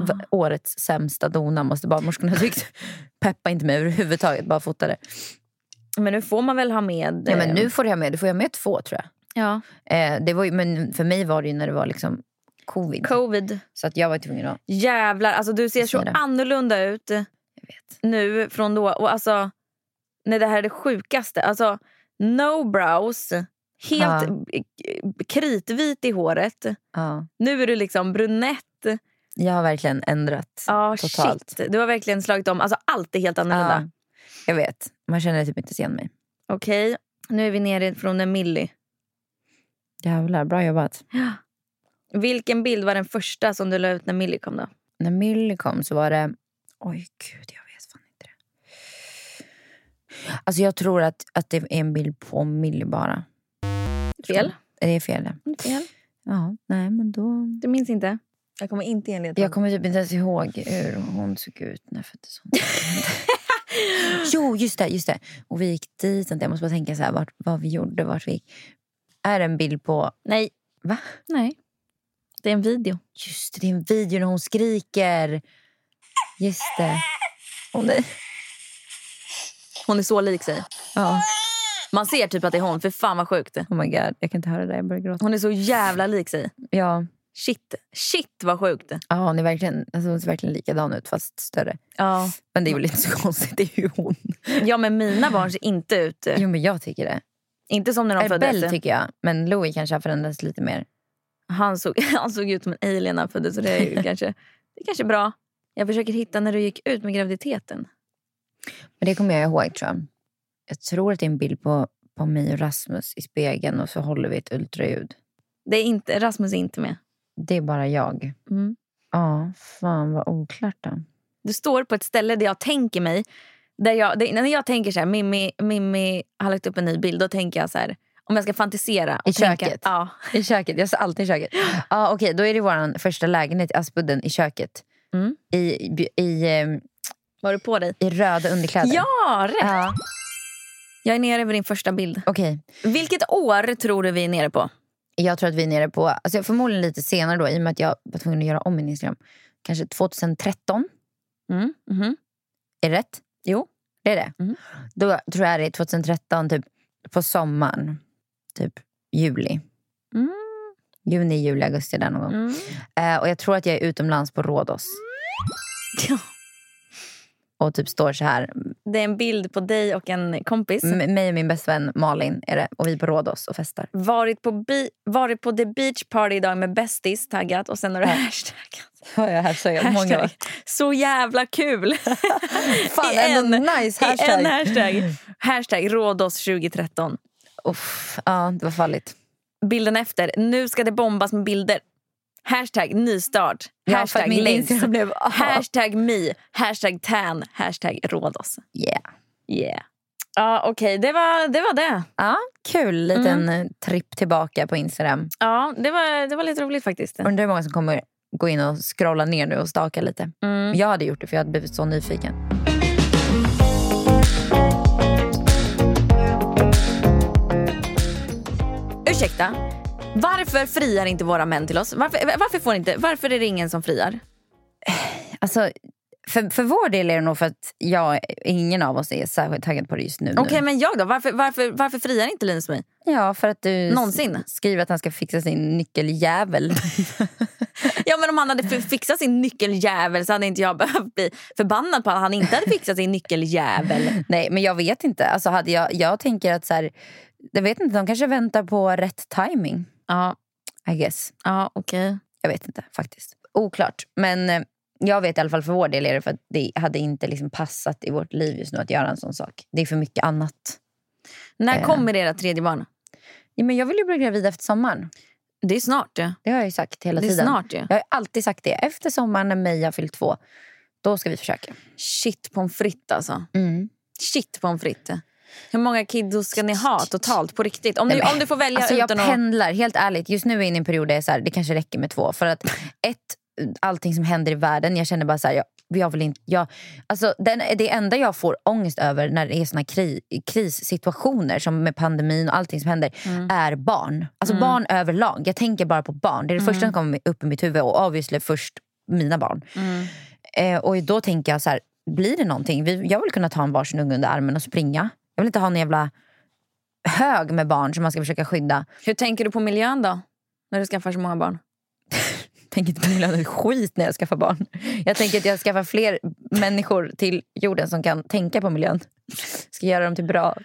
Speaker 4: V- Årets sämsta dona måste barnmorskorna ha tyckt. Peppa inte mig överhuvudtaget, bara fotade.
Speaker 5: Men nu får man väl ha med...
Speaker 4: Ja, men
Speaker 5: eh,
Speaker 4: nu får jag med, du får jag med två tror jag.
Speaker 5: ja.
Speaker 4: Eh, det var ju, men för mig var det ju när det var liksom covid.
Speaker 5: Covid.
Speaker 4: så att jag var tvungen att...
Speaker 5: Jävlar, alltså du ser
Speaker 4: Jag
Speaker 5: så
Speaker 4: ser det.
Speaker 5: annorlunda ut
Speaker 4: Jag vet.
Speaker 5: nu från då. Och alltså, nej, det här är det sjukaste. Alltså, no brows, helt
Speaker 4: Ja.
Speaker 5: eh, kritvit i håret.
Speaker 4: Ja.
Speaker 5: Nu är du liksom brunett.
Speaker 4: Jag har verkligen ändrat
Speaker 5: Ja,
Speaker 4: totalt.
Speaker 5: shit. Du har verkligen slagit om. Alltså, allt är helt annorlunda.
Speaker 4: Ja, jag vet. Man känner typ inte igen mig.
Speaker 5: Okej, nu är vi nere från en Millie.
Speaker 4: Jävlar, bra jobbat.
Speaker 5: Vilken bild var den första som du la ut när Millie kom? då?
Speaker 4: När Millie kom så var det... Oj, gud. Jag vet fan inte det. Alltså jag tror att, att det är en bild på Millie bara.
Speaker 5: Fel?
Speaker 4: Det är fel. det.
Speaker 5: Fel.
Speaker 4: Ja, nej men då...
Speaker 5: Du minns inte? Jag kommer inte enligt
Speaker 4: Jag kommer typ inte ens ihåg hur hon såg ut när jag föddes. hon. jo, just det, just det. Och vi gick dit. vänta, Jag måste bara tänka så här, vart, vad vi gjorde, vart vi gick. Är det en bild på...
Speaker 5: Nej.
Speaker 4: Va?
Speaker 5: Nej. Det är en video.
Speaker 4: Just det, det är en video när hon skriker. Just det. Åh nej.
Speaker 5: Hon är så lik sig.
Speaker 4: Ja.
Speaker 5: Man ser typ att det är hon. För fan vad sjukt.
Speaker 4: Oh my god, jag kan inte höra det. där, Jag börjar gråta.
Speaker 5: Hon är så jävla lik sig.
Speaker 4: Ja,
Speaker 5: Shit. Shit vad sjukt.
Speaker 4: ja hon, är verkligen, alltså, hon ser verkligen likadan ut fast större.
Speaker 5: Ja.
Speaker 4: Men det är väl inte så konstigt, det är ju hon.
Speaker 5: ja men mina barn ser inte ut. eh,
Speaker 4: Jo men jag tycker det.
Speaker 5: Inte som när de
Speaker 4: Eller Belle
Speaker 5: föddes.
Speaker 4: tycker jag, men Louis kanske har förändrats lite mer.
Speaker 5: Han såg, han såg ut som en alien när han föddes. Så det är ju kanske, det är kanske bra. Jag försöker hitta när du gick ut med graviditeten.
Speaker 4: Men det kommer jag ihåg tror jag. Jag tror att det är en bild på, på mig och Rasmus i spegeln och så håller vi ett ultraljud.
Speaker 5: Det är inte, Rasmus är inte med.
Speaker 4: Det är bara jag.
Speaker 5: Mm.
Speaker 4: Ja, fan vad oklart då.
Speaker 5: Du står på ett ställe där jag tänker mig... Där jag, där, när jag tänker så här, Mimmi, Mimmi har lagt upp en ny bild. Då tänker jag så här, om jag ska fantisera. Och
Speaker 4: I
Speaker 5: tänka,
Speaker 4: köket?
Speaker 5: Ja.
Speaker 4: I köket, jag sa alltid i köket. Ja okej, då är det vår första lägenhet i Aspudden i köket.
Speaker 5: Mm.
Speaker 4: I, i, i, ehm,
Speaker 5: Var du på dig?
Speaker 4: I röda underkläder.
Speaker 5: Ja, rätt!
Speaker 4: Ja,
Speaker 5: Jag är nere vid din första bild.
Speaker 4: Okej,
Speaker 5: Vilket år tror du vi är nere på?
Speaker 4: jag tror att vi är nere på, alltså förmodligen lite senare då i och med att jag var tvungen att göra om min Instagram. Kanske 2013,
Speaker 5: Mm. mhm.
Speaker 4: är det rätt?
Speaker 5: Jo.
Speaker 4: Det är det?
Speaker 5: Mm.
Speaker 4: Då tror jag det är 2013, typ på sommaren. Typ juli. Juni, juli, augusti där någon gång. Eh, och jag tror att jag är utomlands på Rhodos.
Speaker 5: Ja.
Speaker 4: Och typ står så här.
Speaker 5: Det är en bild på dig och en kompis.
Speaker 4: M- mig och min bästa vän Malin är det. Och vi är på Rhodos och festar.
Speaker 5: Varit, på bi- varit på the beach party idag med bästis, taggat. Och sen har du hashtaggat.
Speaker 4: Ja, jag hashtaggar många
Speaker 5: Hashtag.
Speaker 4: gånger.
Speaker 5: Så jävla kul!
Speaker 4: Fan,
Speaker 5: I
Speaker 4: ändå
Speaker 5: en- I
Speaker 4: nice hashtag.
Speaker 5: en hashtag. Hashtag Rhodos 2013.
Speaker 4: Uff, ja, det var fallit.
Speaker 5: Bilden efter. Nu ska det bombas med bilder. Hashtag nystart.
Speaker 4: Ja, för att
Speaker 5: Hashtag
Speaker 4: min
Speaker 5: längst.
Speaker 4: Instagram blev-
Speaker 5: Hashtag me. Hashtag tan. Hashtag Rhodos.
Speaker 4: Yeah.
Speaker 5: Yeah. Ja, okej. Det, var, det var det.
Speaker 4: Ja, kul liten mm. tripp tillbaka på Instagram.
Speaker 5: Ja, det var, det var lite roligt faktiskt.
Speaker 4: Undrar hur många som kommer gå in och scrolla ner nu och staka lite.
Speaker 5: Mm.
Speaker 4: Jag hade gjort det för jag hade blivit så nyfiken.
Speaker 5: Ursäkta. Varför friar inte våra män till oss? Varför, varför, får inte, varför är det ingen som friar?
Speaker 4: Alltså, för, för vår del är det nog för att jag, ingen av oss är särskilt taggad på det just nu.
Speaker 5: Okej, men jag då? Varför, varför, varför friar inte Linus mig?
Speaker 4: nu. Ja, för att du s-
Speaker 5: Någonsin?
Speaker 4: skriver att han ska fixa sin nyckeljävel.
Speaker 5: Ja, men om han hade f- fixat sin nyckeljävel så hade inte jag behövt bli förbannad på att han inte hade fixat sin nyckeljävel.
Speaker 4: Nej, men jag vet inte. Alltså, hade jag, jag tänker att så här, jag vet inte, de kanske väntar på rätt timing.
Speaker 5: Ja,
Speaker 4: I guess.
Speaker 5: ja okej.
Speaker 4: Jag vet inte faktiskt. Oklart. Men eh, jag vet i alla fall för vår del är det för att det hade inte liksom passat i vårt liv just nu att göra en sån sak. Det är för mycket annat.
Speaker 5: När
Speaker 4: Eh.
Speaker 5: kommer era tredje barn?
Speaker 4: Ja, men jag vill ju bli gravid efter sommaren.
Speaker 5: Det är snart ju.
Speaker 4: Det har jag ju sagt hela
Speaker 5: Det är
Speaker 4: tiden.
Speaker 5: snart ju.
Speaker 4: Jag har ju alltid sagt det. Efter sommaren när Meja har fyllt två, då ska vi försöka.
Speaker 5: Shit pommes frites alltså.
Speaker 4: Mm.
Speaker 5: Shit pommes frites. Hur många kiddos ska ni ha totalt på riktigt? Om du,
Speaker 4: Nej, men-
Speaker 5: om du får välja
Speaker 4: Alltså, jag
Speaker 5: utan att...
Speaker 4: pendlar, helt ärligt. Just nu är jag inne i en period där jag är så här, det kanske räcker med två. För att ett, allting som händer i världen, jag känner bara så här, jag, jag vill inte... Jag, alltså, den, det enda jag får ångest över när det är såna kri, krissituationer som med pandemin och allting som händer
Speaker 5: Mm.
Speaker 4: är barn. Alltså barn överlag. Jag tänker bara på barn. Det är det första
Speaker 5: Mm.
Speaker 4: som kommer upp i mitt huvud och obviously först mina barn.
Speaker 5: Mm.
Speaker 4: Eh, och då tänker jag så här, blir det någonting? Vi, jag vill kunna ta en varsin unge under armen och springa. Jag vill inte ha en jävla hög med barn som man ska försöka skydda.
Speaker 5: Hur tänker du på miljön då? När du skaffar så många barn?
Speaker 4: tänker inte på något skit när jag skaffar barn. Jag tänker att jag skaffar fler människor till jorden som kan tänka på miljön. Ska göra dem till bra,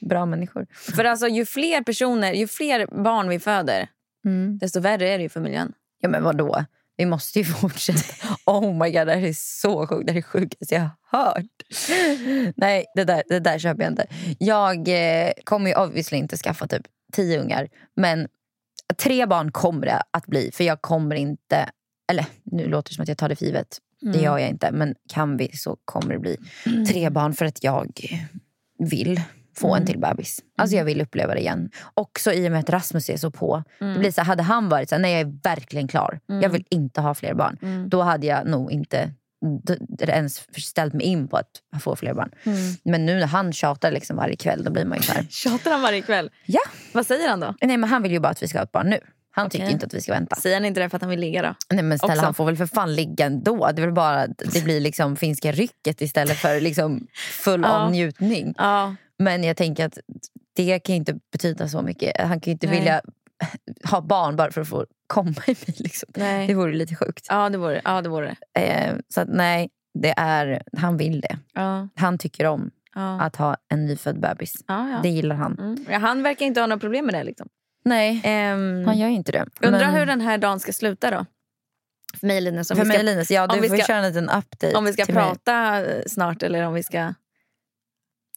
Speaker 4: bra människor.
Speaker 5: För alltså ju fler personer, ju fler barn vi föder,
Speaker 4: Mm.
Speaker 5: desto värre är det ju för miljön.
Speaker 4: Ja men vadå? Vi måste ju fortsätta. Oh my god, det här är så sjukt. Det här är det sjukaste jag har hört. Nej, det där, det där köper jag inte. Jag eh, kommer ju obviously inte skaffa typ tio ungar. Men tre barn kommer det att bli. För jag kommer inte... Eller nu låter det som att jag tar det för givet. Det gör jag inte. Men kan vi så kommer det bli tre barn. För att jag vill få en till bebis. Alltså jag vill uppleva det igen. Också i och med att Rasmus är så på. Det blir så här, hade han varit så här, nej jag är verkligen klar. Jag vill inte ha fler barn. Då hade jag nog inte d- ens ställt mig in på att få fler barn. Men nu när han tjatar liksom varje kväll då blir man ju så här.
Speaker 5: Tjatar han varje kväll?
Speaker 4: Ja,
Speaker 5: Vad säger han då?
Speaker 4: nej men han vill ju bara att vi ska ha ett barn nu. Han tycker
Speaker 5: Okej.
Speaker 4: inte att vi ska vänta.
Speaker 5: Säger han inte det för att han vill ligga då?
Speaker 4: Nej men snälla
Speaker 5: Också.
Speaker 4: han får väl för fan ligga ändå. Det är väl bara att det blir liksom finska rycket istället för liksom full
Speaker 5: Ja.
Speaker 4: on njutning.
Speaker 5: Ja.
Speaker 4: Men jag tänker att det kan ju inte betyda så mycket. Han kan ju inte
Speaker 5: Nej.
Speaker 4: vilja ha barn bara för att få komma i mig. Liksom.
Speaker 5: Nej.
Speaker 4: Det vore lite sjukt.
Speaker 5: Ja, det vore det. Ja, det, vore det.
Speaker 4: Eh, så att nej, det är, han vill det.
Speaker 5: Ja,
Speaker 4: Han tycker om
Speaker 5: ja.
Speaker 4: att ha en nyfödd bebis.
Speaker 5: Ja, ja.
Speaker 4: Det gillar han.
Speaker 5: Mm. Ja, Han verkar inte ha några problem med det. Liksom.
Speaker 4: Nej,
Speaker 5: Ehm,
Speaker 4: han gör ju inte det.
Speaker 5: undrar
Speaker 4: Men-
Speaker 5: hur den här dagen ska sluta då? För mig Linus, om
Speaker 4: för
Speaker 5: vi
Speaker 4: mig
Speaker 5: ska,
Speaker 4: Linus, ja,
Speaker 5: om
Speaker 4: du
Speaker 5: vi
Speaker 4: får
Speaker 5: ska-
Speaker 4: köra en liten update.
Speaker 5: om vi ska
Speaker 4: till mig.
Speaker 5: prata eh, snart eller om vi ska...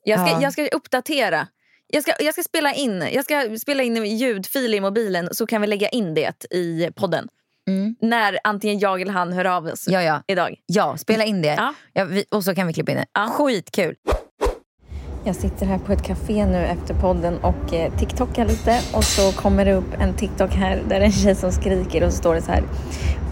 Speaker 5: Jag ska,
Speaker 4: Ja.
Speaker 5: jag ska uppdatera. Jag ska, jag ska spela in Jag ska spela in en ljudfil i mobilen så kan vi lägga in det i podden.
Speaker 4: Mm.
Speaker 5: När antingen jag eller han hör av oss
Speaker 4: Ja, ja.
Speaker 5: idag.
Speaker 4: ja, spela in det.
Speaker 5: Ja.
Speaker 4: Ja, vi, och så kan vi klippa in det.
Speaker 5: Ja.
Speaker 4: Skitkul!
Speaker 5: Jag sitter här på ett café nu efter podden och eh, tiktokar lite och så kommer det upp en tiktok här där det är en tjej som skriker och så står det så här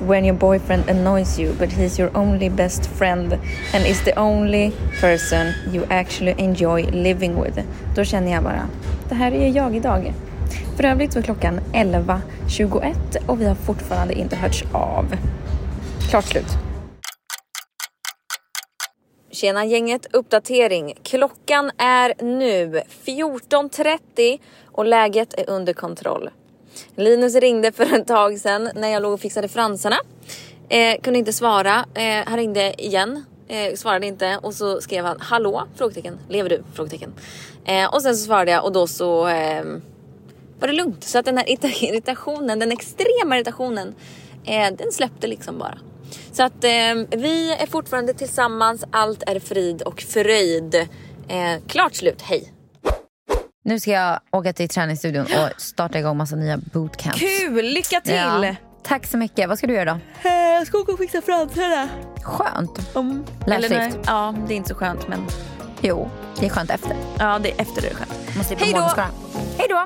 Speaker 5: When your boyfriend annoys you but he's your only best friend and is the only person you actually enjoy living with. Då känner jag bara, det här är jag idag. För övrigt så är klockan 11.21 och vi har fortfarande inte hörts av. Klart slut. Tjena gänget, uppdatering. Klockan är nu 14.30 och läget är under kontroll. Linus ringde för ett tag sedan när jag låg och fixade fransarna. Eh, kunde inte svara. Eh, han ringde igen. Eh, svarade inte och så skrev han hallå? Frågetecken. Lever du? Frågetecken. Eh, och sen så svarade jag och då så ehm, var det lugnt. Så att den här irrita- irritationen, den extrema irritationen, eh, den släppte liksom bara. Så att eh, vi är fortfarande tillsammans, allt är frid och fröjd. Eh, klart slut, hej!
Speaker 4: Nu ska jag åka till träningsstudion och starta igång massa nya bootcamps.
Speaker 5: Kul, lycka till! Eh,
Speaker 4: Ja. Tack så mycket. Vad ska du göra då?
Speaker 5: Jag ska åka och fixa fransarna.
Speaker 4: Skönt.
Speaker 5: Om...
Speaker 4: Last
Speaker 5: Eller nej.
Speaker 4: shift.
Speaker 5: Ja, det är inte så skönt men
Speaker 4: Jo, det är skönt efter.
Speaker 5: ja, det är efter det är skönt.
Speaker 4: Man slipper
Speaker 5: Hej då!
Speaker 4: morgonskadan. Hej då!